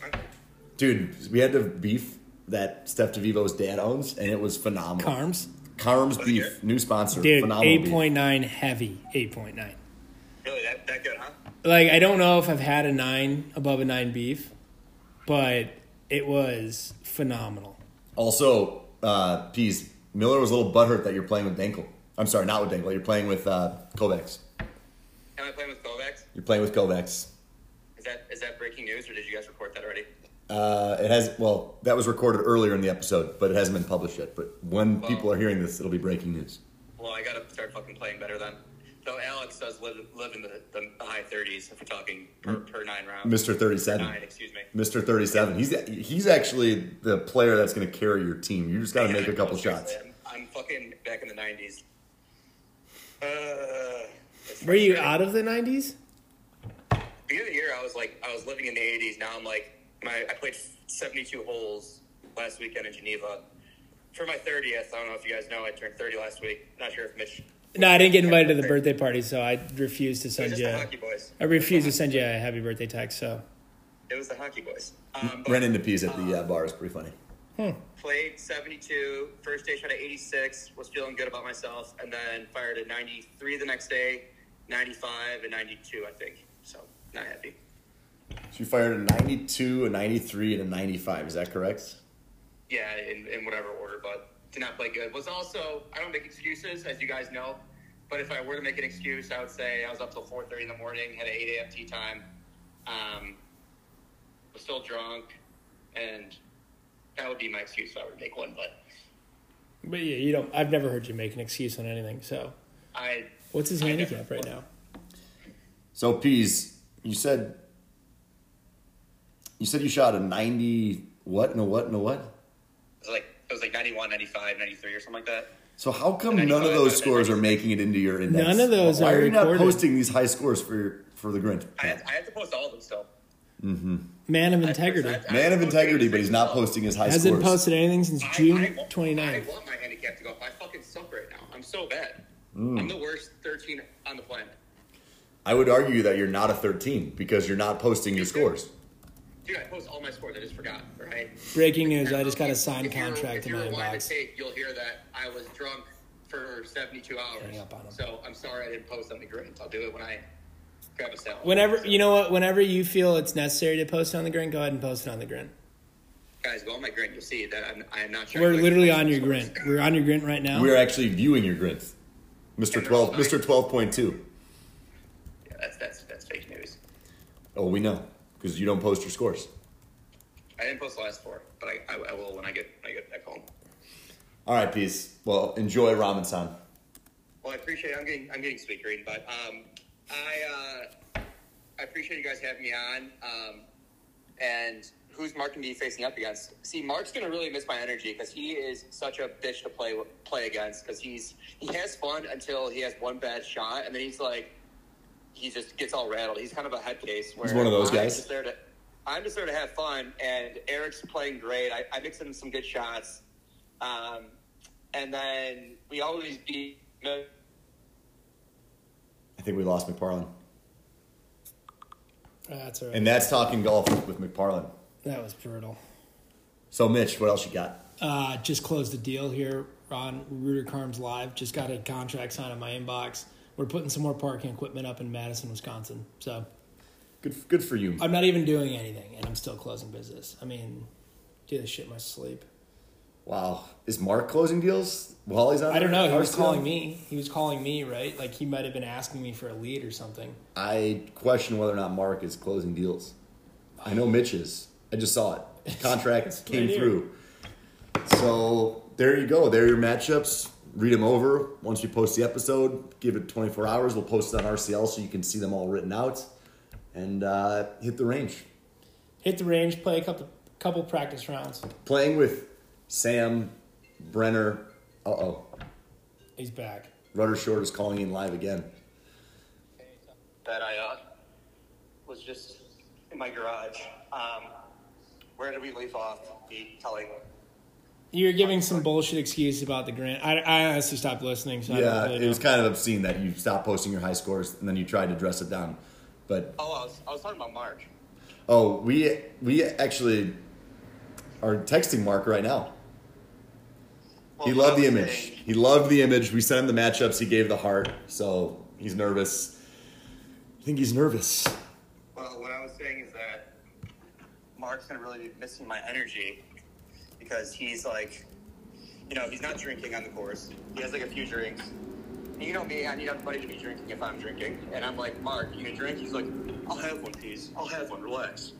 Speaker 1: Dude, we had the beef that Steph DeVivo's dad owns, and it was phenomenal.
Speaker 3: Carms,
Speaker 1: Carm's beef, new sponsor,
Speaker 3: dude,
Speaker 1: phenomenal.
Speaker 3: eight
Speaker 1: beef.
Speaker 3: point nine heavy, eight point nine.
Speaker 6: Really, that, that good, huh?
Speaker 3: like I don't know if I've had a nine above a nine beef, but it was phenomenal.
Speaker 1: Also, uh, Pease Miller was a little butthurt that you're playing with Dankel. I'm sorry, not with Dankel. You're playing with uh, Kovacs.
Speaker 6: Am I playing with Kovacs?
Speaker 1: You're playing with Kovacs.
Speaker 6: Is that is that breaking news, or did you guys report that already?
Speaker 1: Uh, it has well, that was recorded earlier in the episode, but it hasn't been published yet. But when
Speaker 6: Wow.
Speaker 1: people are hearing this, it'll be breaking news.
Speaker 6: Well, I gotta start fucking playing better then. So Alex does live, live in the, the high 30s if we're talking per, per nine rounds.
Speaker 1: Mister Thirty Seven.
Speaker 6: Nine, excuse me.
Speaker 1: Mister Thirty Seven. He's he's actually the player that's going to carry your team. You just got to make a couple shots.
Speaker 6: Seriously, I'm, I'm fucking back in the 90s. Uh, it's
Speaker 3: Were you
Speaker 6: frustrating.
Speaker 3: out of the nineties?
Speaker 6: Beginning of the year, I was like, I was living in the 80s. Now I'm like, my I played 72 holes last weekend in Geneva for my 30th. I don't know if you guys know, I turned 30 last week. Not sure if Mitch.
Speaker 3: No, I didn't get invited to the birthday party, so I refused to
Speaker 6: It was
Speaker 3: send
Speaker 6: just
Speaker 3: you.
Speaker 6: the
Speaker 3: a-
Speaker 6: hockey boys.
Speaker 3: I refuse to send you a happy birthday text. So
Speaker 6: It was the hockey boys. Um, but-
Speaker 1: Ran into Pease at the uh, bar. It's pretty funny.
Speaker 3: Hmm.
Speaker 6: Played 72. First day shot at 86. Was feeling good about myself, and then fired at 93 the next day, 95 and 92, I think. So not happy.
Speaker 1: So you fired a 92, a 93, and a 95. Is that correct?
Speaker 6: Yeah, in, in whatever order, but did not play good. Was also I don't make excuses, as you guys know. But if I were to make an excuse, I would say I was up till 4:30 in the morning, had an 8 a.m. tea time, um, was still drunk, and that would be my excuse if I were to make one. But
Speaker 3: But yeah, you don't. I've never heard you make an excuse on anything. So
Speaker 6: I
Speaker 3: what's his
Speaker 6: I
Speaker 3: handicap
Speaker 6: never-
Speaker 3: right now?
Speaker 1: So Pease, you said you said you shot a 90 what and a what and a what?
Speaker 6: It was like it was like 91, 95, 93 or something like that.
Speaker 1: So how come
Speaker 6: 95,
Speaker 1: none of those
Speaker 6: okay.
Speaker 1: scores are making it into your index?
Speaker 3: None of those
Speaker 1: Why
Speaker 3: are
Speaker 1: are you not
Speaker 3: recorded.
Speaker 1: posting these high scores for your, for the Grinch?
Speaker 6: I had, I had to post all of them still.
Speaker 3: Man of
Speaker 6: I-
Speaker 3: integrity
Speaker 6: I- I-
Speaker 1: Man of
Speaker 6: I-
Speaker 1: integrity, but he's not posting his high
Speaker 3: hasn't
Speaker 1: scores.
Speaker 3: posted anything since
Speaker 6: I- I
Speaker 3: June
Speaker 6: want-
Speaker 3: 29th.
Speaker 6: I want my handicap to go up. I fucking suck right now. I'm so bad.
Speaker 1: Mm.
Speaker 6: I'm the worst 13 on the planet.
Speaker 1: I would argue that you're not a 13 because you're not posting your scores.
Speaker 6: Dude, I post all my scores. I just forgot, right?
Speaker 3: Breaking news: I just got a
Speaker 6: If-
Speaker 3: signed
Speaker 6: if you're-
Speaker 3: contract
Speaker 6: if
Speaker 3: in my
Speaker 6: you're rewind the
Speaker 3: inbox.
Speaker 6: tape, you'll hear that I was drunk for 72 hours.
Speaker 3: Hang up on him.
Speaker 6: So I'm sorry I didn't post on the grids. I'll do it when I grab a salad.
Speaker 3: Whenever
Speaker 6: So,
Speaker 3: you know what, whenever you feel it's necessary to post it on the grin, go ahead and post it on the grin.
Speaker 6: Guys, go on my grin. You'll see that I'm, I am not trying
Speaker 3: We're
Speaker 6: to-
Speaker 3: literally on your grin. We're on your grin right now.
Speaker 1: We're actually viewing your Grinch. Mr. 12, Mr. 12.2.
Speaker 6: Yeah, that's, that's, that's fake news.
Speaker 1: Oh, we know because you don't post your scores.
Speaker 6: I didn't post the last four, but I, I, I will when I get when I get back home.
Speaker 1: All right, Pease. Well, enjoy Ramen-san.
Speaker 6: Well, I appreciate. I'm getting I'm getting sweet green, but um, I uh, I appreciate you guys having me on. Um, and who's Mark gonna be facing up against? See, Mark's gonna really miss my energy because he is such a bitch to play play against because he's he has fun until he has one bad shot and then he's like he just gets all rattled. He's kind of a head case. Where
Speaker 1: He's one of those
Speaker 6: I'm
Speaker 1: guys.
Speaker 6: Just there to, I'm just there to have fun, and Eric's playing great. I, I mix in some good shots, um, and then we always beat.
Speaker 1: I think we lost McParland.
Speaker 3: That's all right.
Speaker 1: And that's talking golf with McParland.
Speaker 3: that was brutal.
Speaker 1: So, Mitch, what else you got?
Speaker 3: Uh, just closed the deal here on Rooter Carms Live. Just got a contract signed in my inbox. We're putting some more parking equipment up in Madison, Wisconsin. So
Speaker 1: Good, good for you.
Speaker 3: I'm not even doing anything, and I'm still closing business. I mean, do this shit in my sleep.
Speaker 1: Wow, is Mark closing deals while he's on?
Speaker 3: I don't know. He was
Speaker 1: Arsenal?
Speaker 3: calling me. He was calling me, right? Like he might have been asking me for a lead or something.
Speaker 1: I question whether or not Mark is closing deals. I know Mitch is. I just saw it.
Speaker 3: It's
Speaker 1: Contract came
Speaker 3: right here.
Speaker 1: through. So there you go. There are your matchups. Read them over once we post the episode. Give it 24 hours. We'll post it on RCL so you can see them all written out, and uh, hit the range.
Speaker 3: Hit the range, play a couple couple practice rounds.
Speaker 1: Playing with Sam Brenner. Uh oh.
Speaker 3: He's back.
Speaker 1: Rudder Short is calling in live again.
Speaker 6: that I uh, was just in my garage. Um, where did we leave off? Me telling.
Speaker 3: You're giving some bullshit excuse about the grant. I, I honestly stopped listening. So I
Speaker 1: Yeah,
Speaker 3: don't really
Speaker 1: it was
Speaker 3: know.
Speaker 1: kind of obscene that you stopped posting your high scores and then you tried to dress it down. But
Speaker 6: Oh, I was, I was talking about Mark.
Speaker 1: oh, we we actually are texting Mark right now.
Speaker 6: Well, Oh,
Speaker 1: He loved the
Speaker 6: I was
Speaker 1: image.
Speaker 6: saying-
Speaker 1: He loved the image. We sent him the matchups. He gave the heart, so he's nervous. I think he's nervous.
Speaker 6: Well, what I was saying is that Mark's gonna really be missing my energy because he's like, you know, he's not drinking on the course. He has like a few drinks. And you know me, I need everybody to be drinking if I'm drinking. And I'm like, Mark, you gonna drink? He's like, I'll have one, please. I'll have one. Relax.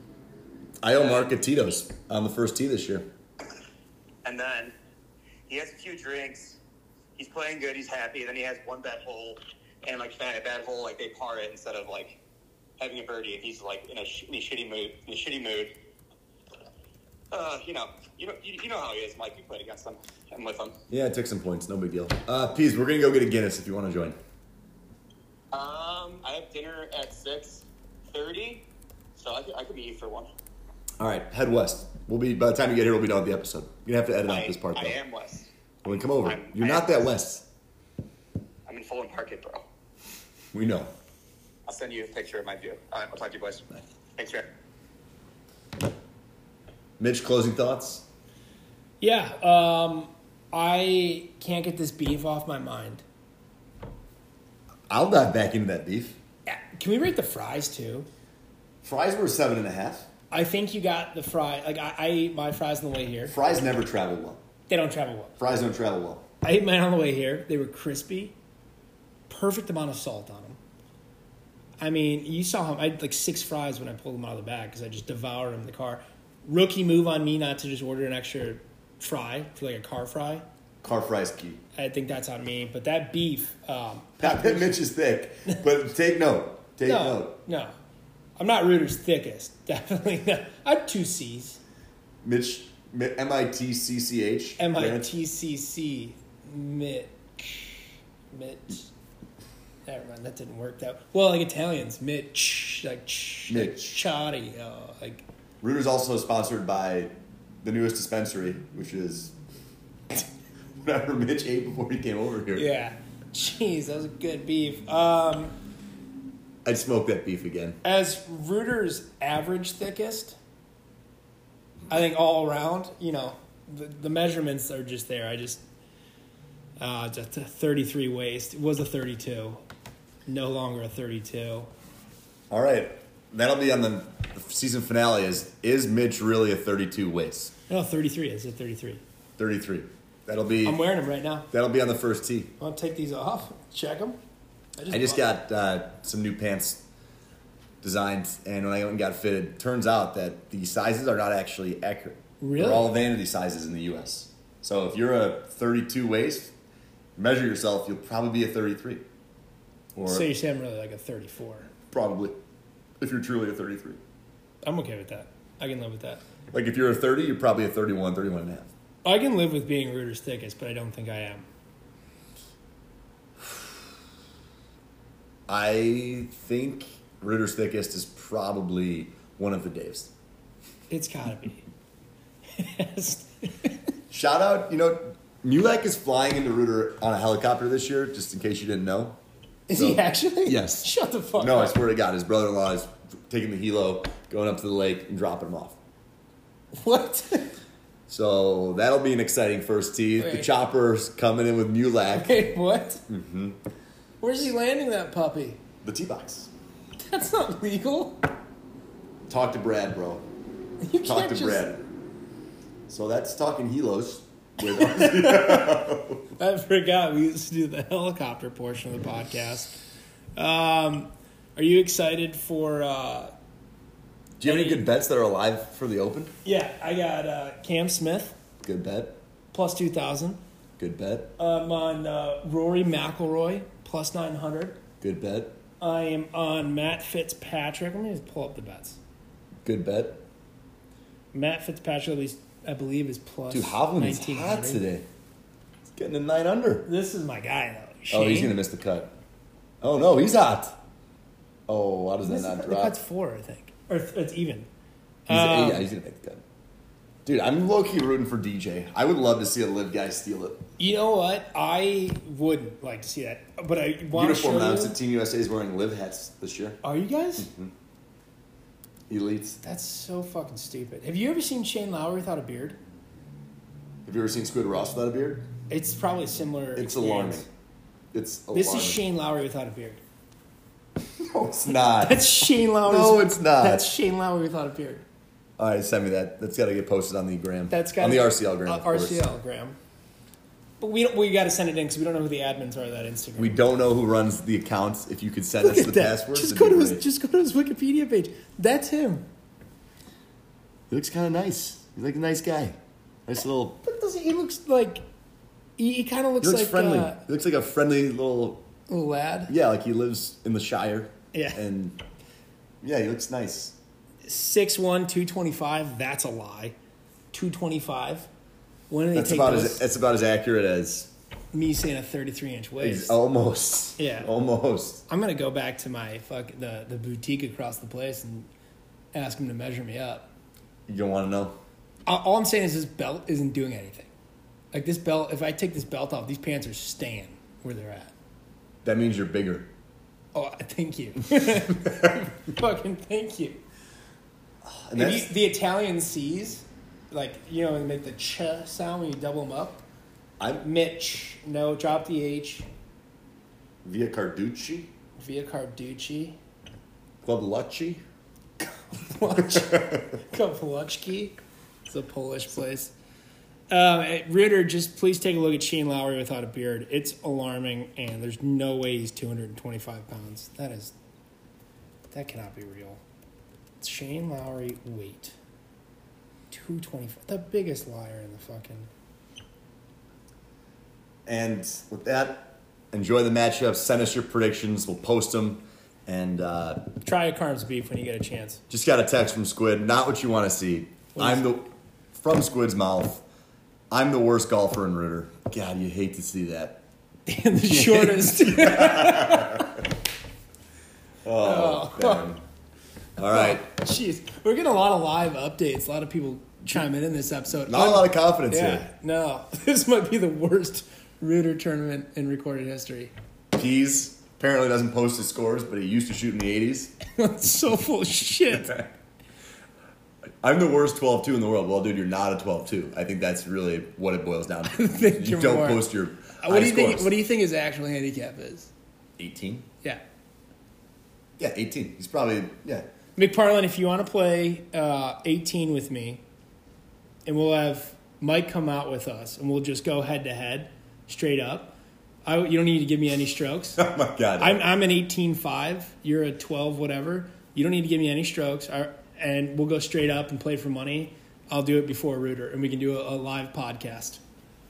Speaker 1: I owe Mark a Tito's on the first tee this year.
Speaker 6: And then he has a few drinks. He's playing good. He's happy. Then he has one bad hole, and like bad, bad hole, like they par it instead of like having a birdie. And he's like in a, sh- in a shitty mood. In a shitty mood. Uh, you know, you know, you, you know how he is, Mike. You played against him and with him.
Speaker 1: Yeah, I took some points. No big deal. Uh, Pease, we're gonna go get a Guinness if you want to join.
Speaker 6: Um, I have dinner at six thirty, so I could, I could be for one.
Speaker 1: All right, head west. We'll be by the time you get here, we'll be done with the episode. You're gonna have to edit out
Speaker 6: I,
Speaker 1: this part though.
Speaker 6: I am Wes.
Speaker 1: Well, then come over.
Speaker 6: I'm-
Speaker 1: You're
Speaker 6: I
Speaker 1: not
Speaker 6: am-
Speaker 1: that west.
Speaker 6: I'm in Fulham Market, bro.
Speaker 1: We know.
Speaker 6: I'll send you a picture of my view. All right, I'll talk to you boys. Thanks, Jack.
Speaker 1: Mitch, closing thoughts?
Speaker 3: Yeah, um, I can't get this beef off my mind.
Speaker 1: I'll dive back into that beef.
Speaker 3: Yeah, Can we rate the fries too?
Speaker 1: Fries were seven and a half.
Speaker 3: I think you got the fry. Like I, I ate my fries on the way here.
Speaker 1: Fries never travel well.
Speaker 3: They don't travel well.
Speaker 1: Fries don't travel well.
Speaker 3: I ate mine on the way here. They were crispy, perfect amount of salt on them. I mean, you saw how I had like six fries when I pulled them out of the bag because I just devoured them in the car. Rookie move on me not to just order an extra fry for like a car fry.
Speaker 1: Car fries key.
Speaker 3: I think that's on me. But that beef, um,
Speaker 1: Not that Mitch is thick, but take note. Take
Speaker 3: no,
Speaker 1: note.
Speaker 3: no, I'm not Rooter's thickest. Definitely not. I'm two C's.
Speaker 1: Mitch, M I T C C H.
Speaker 3: M I T C C Mitch. Mitch. Never mind, that didn't work that well. Like Italians, Mitch, like ch, like
Speaker 1: Mitch.
Speaker 3: Chotti, uh, like
Speaker 1: Rooter's also sponsored by the newest dispensary, which is whatever Mitch ate before he came over here.
Speaker 3: yeah. Jeez, that was a good beef. Um,
Speaker 1: I'd smoke that beef again.
Speaker 3: as Reuter's average thickest, I think all around, you know, the, the measurements are just there. I just, uh, just a 33 waist. It was a 32, no longer a 32.
Speaker 1: All right. That'll be on the season finale. Is is Mitch really a 32 waist?
Speaker 3: No, 33 is a 33.
Speaker 1: 33. That'll be
Speaker 3: I'm wearing them right now.
Speaker 1: that'll be on the first tee.
Speaker 3: I'll take these off, check them.
Speaker 1: I just
Speaker 3: bought-
Speaker 1: got uh, some new pants designed, and when I went and got fitted, turns out that the sizes are not actually accurate.
Speaker 3: Really?
Speaker 1: They're all vanity sizes in the U.S. So if you're a 32 waist, measure yourself, you'll probably be a 33. Or
Speaker 3: So you're saying I'm really like a 34.
Speaker 1: probably, if you're truly a 33.
Speaker 3: I'm okay with that. I can live with that.
Speaker 1: Like if you're a 30, you're probably a 31, 31 and a half.
Speaker 3: I can live with being Reuter's thickest, but I don't think I am.
Speaker 1: I think Ritter's thickest is probably one of the Daves.
Speaker 3: It's gotta be.
Speaker 1: Shout out, you know, Mulek is flying into Rooter on a helicopter this year, just in case you didn't know.
Speaker 3: Is
Speaker 1: So-
Speaker 3: he actually?
Speaker 1: Yes.
Speaker 3: Shut the fuck
Speaker 1: No, I
Speaker 3: up.
Speaker 1: swear to God, his brother in law is taking the helo, going up to the lake, and dropping him off.
Speaker 3: What?
Speaker 1: So that'll be an exciting first tee. The
Speaker 3: Wait.
Speaker 1: chopper's coming in with Mulek.
Speaker 3: Wait, what? Mm-hmm. Where's he landing that puppy?
Speaker 1: The tee box.
Speaker 3: That's not legal.
Speaker 1: Talk to Brad, bro.
Speaker 3: You
Speaker 1: Talk
Speaker 3: can't
Speaker 1: to
Speaker 3: just.
Speaker 1: Brad. So that's talking helos with
Speaker 3: I forgot we used to do the helicopter portion of the podcast. Um, are you excited for? Uh,
Speaker 1: Do you have any good bets that are alive for the open?
Speaker 3: yeah, I got uh, Cam Smith
Speaker 1: Good bet.
Speaker 3: plus two thousand.
Speaker 1: Good bet.
Speaker 3: I'm on uh, Rory McIlroy plus nine hundred.
Speaker 1: Good bet.
Speaker 3: I am on Matt Fitzpatrick. Let me just pull up the bets.
Speaker 1: Good bet.
Speaker 3: Matt Fitzpatrick, at least I believe, is plus.
Speaker 1: Dude, Hovland is hot
Speaker 3: 1900.
Speaker 1: today. He's getting a nine under.
Speaker 3: This is my guy though.
Speaker 1: Oh, he's
Speaker 3: Shane.
Speaker 1: gonna miss the cut. Oh no, he's hot. Oh, why does that
Speaker 3: This
Speaker 1: not
Speaker 3: is,
Speaker 1: drop?
Speaker 3: that's four, I think, or th- it's even.
Speaker 1: He's,
Speaker 3: Um,
Speaker 1: yeah, he's gonna make the cut. Dude, I'm low key rooting for DJ. I would love to see a live guy steal it.
Speaker 3: You know what? I would like to see that, but I want
Speaker 1: Uniform
Speaker 3: to show
Speaker 1: mounts
Speaker 3: you.
Speaker 1: at Team USA is wearing live hats this year.
Speaker 3: Are you guys?
Speaker 1: Mm-hmm. Elites.
Speaker 3: That's so fucking stupid. Have you ever seen Shane Lowry without a beard?
Speaker 1: Have you ever seen Squid Ross without a beard?
Speaker 3: It's probably a similar.
Speaker 1: It's
Speaker 3: experience.
Speaker 1: alarming. It's alarming.
Speaker 3: This is Shane Lowry without a beard.
Speaker 1: No, it's not.
Speaker 3: That's Shane Lowry.
Speaker 1: No, it's not.
Speaker 3: That's Shane Lowry without a beard.
Speaker 1: All right, send me that. That's got to get posted on the gram.
Speaker 3: That's got
Speaker 1: on the RCL gram.
Speaker 3: Uh,
Speaker 1: of course.
Speaker 3: RCL gram. But we don't, we got to send it in because we don't know who the admins are of that Instagram.
Speaker 1: We don't know who runs the accounts. If you could send
Speaker 3: Look
Speaker 1: us
Speaker 3: at
Speaker 1: the
Speaker 3: that.
Speaker 1: password,
Speaker 3: Just
Speaker 1: that'd
Speaker 3: go
Speaker 1: be
Speaker 3: to his
Speaker 1: great.
Speaker 3: just go to his Wikipedia page. That's him.
Speaker 1: He looks kind of nice. He's like a nice guy. Nice little.
Speaker 3: But does he, he looks like he, he kind of
Speaker 1: He
Speaker 3: looks,
Speaker 1: looks
Speaker 3: like
Speaker 1: friendly.
Speaker 3: uh,
Speaker 1: he looks like a friendly little.
Speaker 3: a lad.
Speaker 1: Yeah, like he lives in the Shire.
Speaker 3: Yeah.
Speaker 1: And yeah, he looks nice.
Speaker 3: Six one two twenty five. That's a lie. Two twenty five. When did they
Speaker 1: That's
Speaker 3: take
Speaker 1: about
Speaker 3: those?
Speaker 1: as that's about as accurate as
Speaker 3: me saying a thirty three inch waist?
Speaker 1: as almost.
Speaker 3: Yeah.
Speaker 1: Almost.
Speaker 3: I'm gonna go back to my fuck the the boutique across the place and ask him to measure me up.
Speaker 1: You don't want to know.
Speaker 3: All- All I'm saying is this belt isn't doing anything. Like this belt, if I take this belt off, these pants are staying where they're at.
Speaker 1: That means you're bigger.
Speaker 3: Oh, thank you. Fucking thank you.
Speaker 1: And
Speaker 3: If
Speaker 1: that's,
Speaker 3: you- the Italian C's like you know, and make the ch sound when you double them up.
Speaker 1: I'm
Speaker 3: Mitch, no, drop the H.
Speaker 1: Via Carducci,
Speaker 3: Via Carducci,
Speaker 1: Club Lucci.
Speaker 3: Kowalski. It's a Polish place. Um, eh, Ritter, just please take a look at Shane Lowry without a beard. It's alarming, and there's no way he's 225 pounds. That is, that cannot be real. Shane Lowry weight 225. The biggest liar in the fucking.
Speaker 1: And with that, enjoy the matchup. Send us your predictions. We'll post them. And uh,
Speaker 3: Try a Carnes beef when you get a chance.
Speaker 1: just got a text from Squid. Not what you want to see. I'm the from Squid's mouth. I'm the worst golfer in Ritter. God, you hate to see that.
Speaker 3: And the shortest.
Speaker 1: Oh, man. all right.
Speaker 3: Jeez, we're getting a lot of live updates. A lot of people chiming in this episode.
Speaker 1: Not a lot of confidence
Speaker 3: Yeah,
Speaker 1: here.
Speaker 3: no, this might be the worst Rooter tournament in recorded history.
Speaker 1: Pease apparently doesn't post his scores, but he used to shoot in the 80s.
Speaker 3: It's so full of shit.
Speaker 1: I'm the worst 12 2 in the world. Well, dude, you're not a 12 2. I think that's really what it boils down to.
Speaker 3: Think
Speaker 1: you
Speaker 3: you're
Speaker 1: don't
Speaker 3: more.
Speaker 1: post your.
Speaker 3: Uh, What do you think? What do you think his actual handicap is?
Speaker 1: 18?
Speaker 3: Yeah,
Speaker 1: Yeah, 18. He's probably, yeah.
Speaker 3: McParlin, if you want to play uh, 18 with me, and we'll have Mike come out with us, and we'll just go head to head, straight up. I, you don't need to give me any strokes.
Speaker 1: Oh, my God.
Speaker 3: I'm, I'm an 18.5. You're a 12, whatever. You don't need to give me any strokes. Our, and we'll go straight up and play for money. I'll do it before Rooter, and we can do a, a live podcast.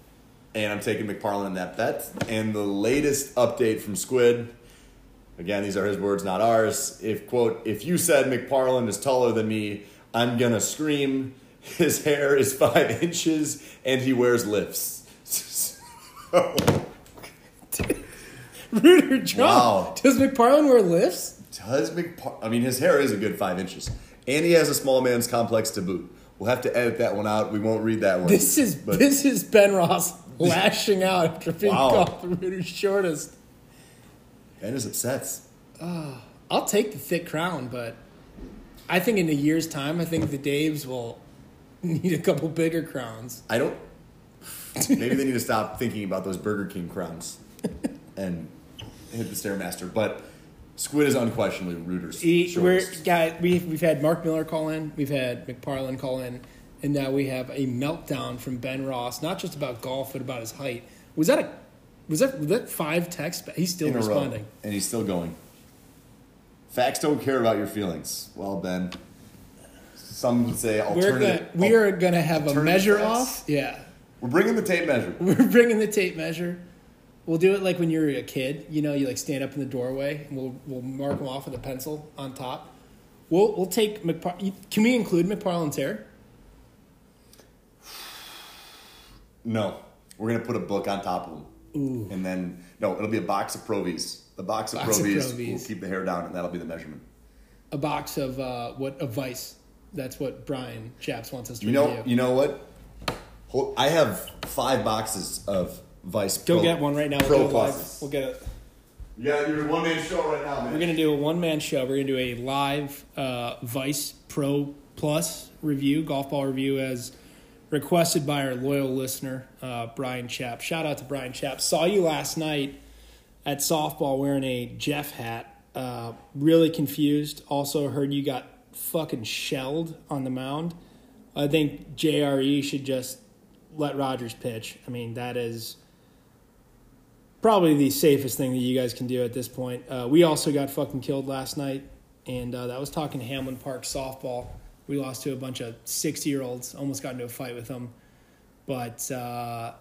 Speaker 1: and I'm taking McParland in that bet. And the latest update from Squid, again, these are his words, not ours. If quote, if you said McParland is taller than me, I'm gonna scream. His hair is five inches, and he wears lifts.
Speaker 3: Rooter drunk.
Speaker 1: Wow.
Speaker 3: Does McParland wear lifts?
Speaker 1: Does McPar? I mean, his hair is a good five inches, and he has a small man's complex to boot. We'll have to edit that one out. We won't read that one.
Speaker 3: This is
Speaker 1: But-
Speaker 3: this is Ben Ross lashing out after being
Speaker 1: Wow.
Speaker 3: called the Rooter's shortest.
Speaker 1: Ben is upsets.
Speaker 3: I'll take the thick crown, but I think in a year's time, I think the Daves will need a couple bigger crowns.
Speaker 1: I don't. Maybe they need to stop thinking about those Burger King crowns and hit the stairmaster. But Squid is unquestionably Rooter's
Speaker 3: He, we're
Speaker 1: shortest.
Speaker 3: guy. We we've had Mark Miller call in. We've had McParlin call in, and now we have a meltdown from Ben Ross. Not just about golf, but about his height. Was that a was that was that five texts? But he's still
Speaker 1: in a row,
Speaker 3: responding.
Speaker 1: and he's still going. Facts don't care about your feelings. Well, Ben, some would say
Speaker 3: We're gonna,
Speaker 1: alternative.
Speaker 3: we are gonna have a
Speaker 1: alternative
Speaker 3: measure
Speaker 1: facts.
Speaker 3: off. Yeah,
Speaker 1: We're bringing the tape measure.
Speaker 3: we're bringing the tape measure. We'll do it like when you're a kid. You know, you like stand up in the doorway, and we'll we'll mark them off with a pencil on top. We'll we'll take McPar. Can we include McParlin's hair?
Speaker 1: No, we're gonna put a book on top of them, and then no, it'll be a box of Provies. The box of
Speaker 3: Box of
Speaker 1: Provies will
Speaker 3: Provis.
Speaker 1: keep the hair down, and that'll be the measurement.
Speaker 3: a box of uh, what a vice. That's what Brian Chaps wants us to
Speaker 1: You know,
Speaker 3: review.
Speaker 1: you know what? Hold, I have five boxes of Vice.
Speaker 3: Go
Speaker 1: Pro-
Speaker 3: get one right now. We'll,
Speaker 1: Pro
Speaker 3: do a live,
Speaker 1: Pluses.
Speaker 3: we'll get a,
Speaker 1: Yeah, you're a one man show right now, man.
Speaker 3: We're gonna do a one man show. We're gonna do a live uh, Vice Pro Plus review, golf ball review, as requested by our loyal listener uh, Brian Chaps. Shout out to Brian Chaps. Saw you last night at softball wearing a Jeff hat. Uh, really confused. Also heard you got fucking shelled on the mound. I think JRE should just let Rogers pitch. I mean that is probably the safest thing that you guys can do at this point. Uh, we also got fucking killed last night, and uh, that was talking Hamlin Park softball. We lost to a bunch of 60 year olds, almost got into a fight with them. But uh,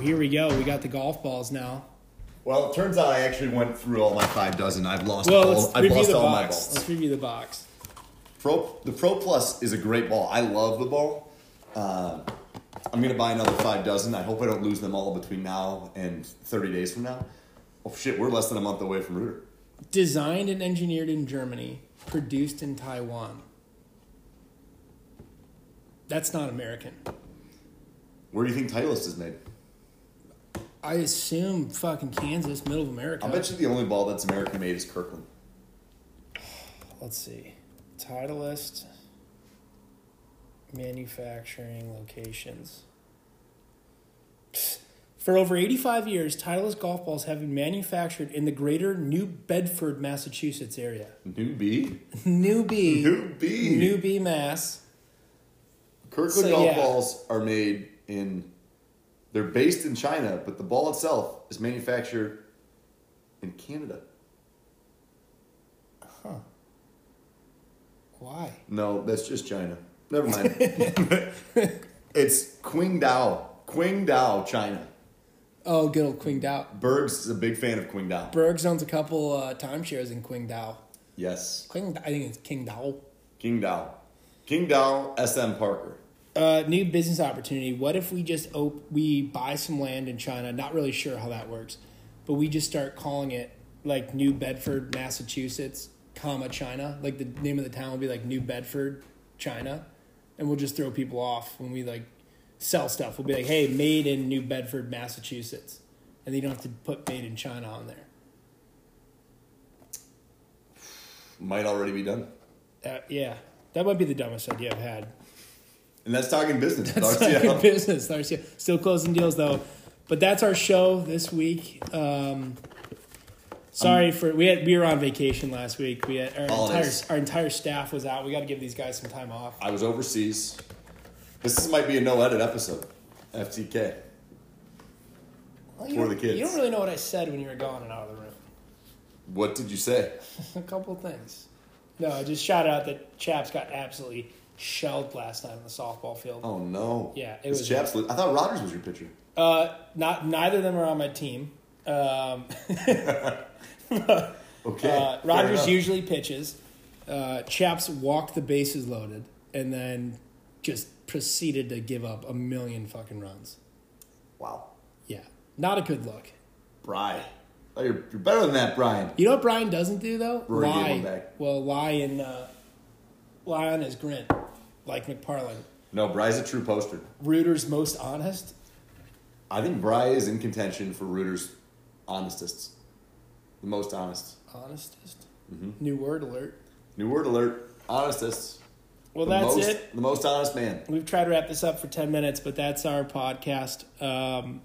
Speaker 3: here we go. We got the golf balls now.
Speaker 1: well, it turns out I actually went through all my five dozen. I've lost
Speaker 3: Well,
Speaker 1: all.
Speaker 3: let's
Speaker 1: I've
Speaker 3: review
Speaker 1: lost
Speaker 3: the
Speaker 1: all my
Speaker 3: box.
Speaker 1: balls.
Speaker 3: Let's review the box.
Speaker 1: Pro, the Pro Plus is a great ball. I love the ball. Uh, I'm gonna buy another five dozen. I hope I don't lose them all between now and 30 days from now. Oh shit, we're less than a month away from Rooter.
Speaker 3: Designed and engineered in Germany, produced in Taiwan. That's not American.
Speaker 1: Where do you think Titleist is made?
Speaker 3: I assume fucking Kansas, middle of America.
Speaker 1: I bet you the only ball that's American made is Kirkland.
Speaker 3: Let's see. Titleist. manufacturing locations. For over 85 years, Titleist golf balls have been manufactured in the greater New Bedford, Massachusetts area.
Speaker 1: Newbie?
Speaker 3: Newbie.
Speaker 1: Newbie.
Speaker 3: Newbie, Mass.
Speaker 1: Kirkland
Speaker 3: So,
Speaker 1: golf
Speaker 3: yeah.
Speaker 1: balls are made in. They're based in China, but the ball itself is manufactured in Canada.
Speaker 3: Why?
Speaker 1: No, that's just China. Never mind. it's Qingdao, Qingdao, China.
Speaker 3: Oh, good old Qingdao.
Speaker 1: Berg's is a big fan of Qingdao.
Speaker 3: Bergs owns a couple uh, timeshares in Qingdao.
Speaker 1: Yes,
Speaker 3: Qing, I think it's Qingdao.
Speaker 1: Qingdao, Qingdao, S.M. Parker.
Speaker 3: Uh, new business opportunity. What if we just op- we buy some land in China? Not really sure how that works, but we just start calling it like New Bedford, Massachusetts, comma China. Like the name of the town will be like New Bedford, China, and we'll just throw people off when we like sell stuff. We'll be like, hey, made in New Bedford, Massachusetts, and they don't have to put made in China on there.
Speaker 1: Might already be done.
Speaker 3: Uh, yeah, that might be the dumbest idea I've had.
Speaker 1: And that's talking business.
Speaker 3: That's
Speaker 1: RTL.
Speaker 3: not good business. RCL. Still closing deals though. But that's our show this week. Um, sorry for we had we were on vacation last week. We had our entire
Speaker 1: Holidays.
Speaker 3: our entire staff was out. We got to give these guys some time off.
Speaker 1: I was overseas. This is- might be a no edit episode. FTK.
Speaker 3: Well, you
Speaker 1: For
Speaker 3: don't-
Speaker 1: the kids.
Speaker 3: You don't really know what I said when you were gone and out of the room.
Speaker 1: What did you say?
Speaker 3: A couple things. No, I just shout out that Chaps got absolutely shelled last night on the softball field.
Speaker 1: Oh no.
Speaker 3: Yeah, it
Speaker 1: This
Speaker 3: was-
Speaker 1: Chaps. I thought Rogers was your pitcher.
Speaker 3: Uh, not neither of them are on my team. Um,
Speaker 1: Okay.
Speaker 3: Uh,
Speaker 1: fair
Speaker 3: Rogers
Speaker 1: enough.
Speaker 3: usually pitches. Uh, Chaps walked the bases loaded, and then just proceeded to give up a million fucking runs.
Speaker 1: Wow.
Speaker 3: Yeah, not a good look.
Speaker 1: Brian. Oh, you're, you're better than that, Brian.
Speaker 3: You know what Brian doesn't do though?
Speaker 1: Rory gave
Speaker 3: lie.
Speaker 1: one back.
Speaker 3: Well, lie and uh, lie on his grin, like McParland.
Speaker 1: No, Bry's a true poster.
Speaker 3: Reuter's most honest.
Speaker 1: I think Bry is in contention for Reuters honestest. The most honest.
Speaker 3: Honestest.
Speaker 1: Mm-hmm.
Speaker 3: New word alert.
Speaker 1: New word alert. Honestest.
Speaker 3: Well,
Speaker 1: The
Speaker 3: that's
Speaker 1: most-
Speaker 3: it.
Speaker 1: The most honest man.
Speaker 3: we've tried to wrap this up for 10 minutes but that's our podcast um,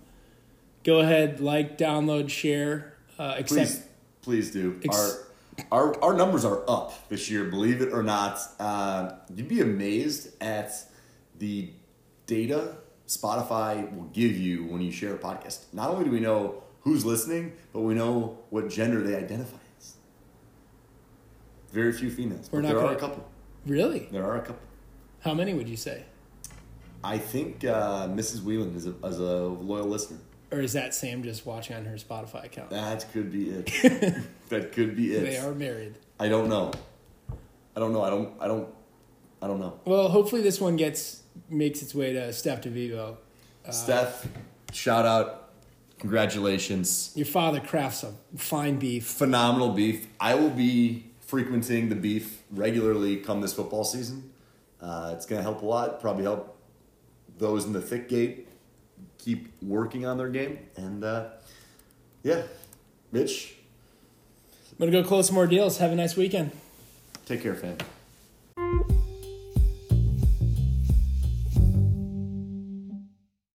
Speaker 3: go ahead like download share uh, accept
Speaker 1: Please, please do.
Speaker 3: Ex-
Speaker 1: our, our our numbers are up this year, believe it or not. Uh, you'd be amazed at the data Spotify will give you when you share a podcast. Not only do we know who's listening, but we know what gender they identify as. Very few females.
Speaker 3: We're
Speaker 1: but
Speaker 3: not
Speaker 1: there are
Speaker 3: gonna-
Speaker 1: a couple.
Speaker 3: really
Speaker 1: There are a couple.
Speaker 3: how many would you say
Speaker 1: I think uh, Mrs. Whelan is a, is a loyal listener.
Speaker 3: or is that sam just watching on her spotify account
Speaker 1: That could be it. that could be it.
Speaker 3: they are married
Speaker 1: I don't know. I don't know. I don't. I don't. I don't know.
Speaker 3: well hopefully this one gets makes its way to steph devivo
Speaker 1: Steph, shout out, congratulations,
Speaker 3: your father crafts some fine beef
Speaker 1: phenomenal beef. I will be frequenting the beef regularly come this football season. Uh, it's gonna help a lot. Probably help those in the thick gate keep working on their game. And uh, yeah, Mitch,
Speaker 3: i'm gonna go close some more deals have a nice weekend
Speaker 1: take care, fam.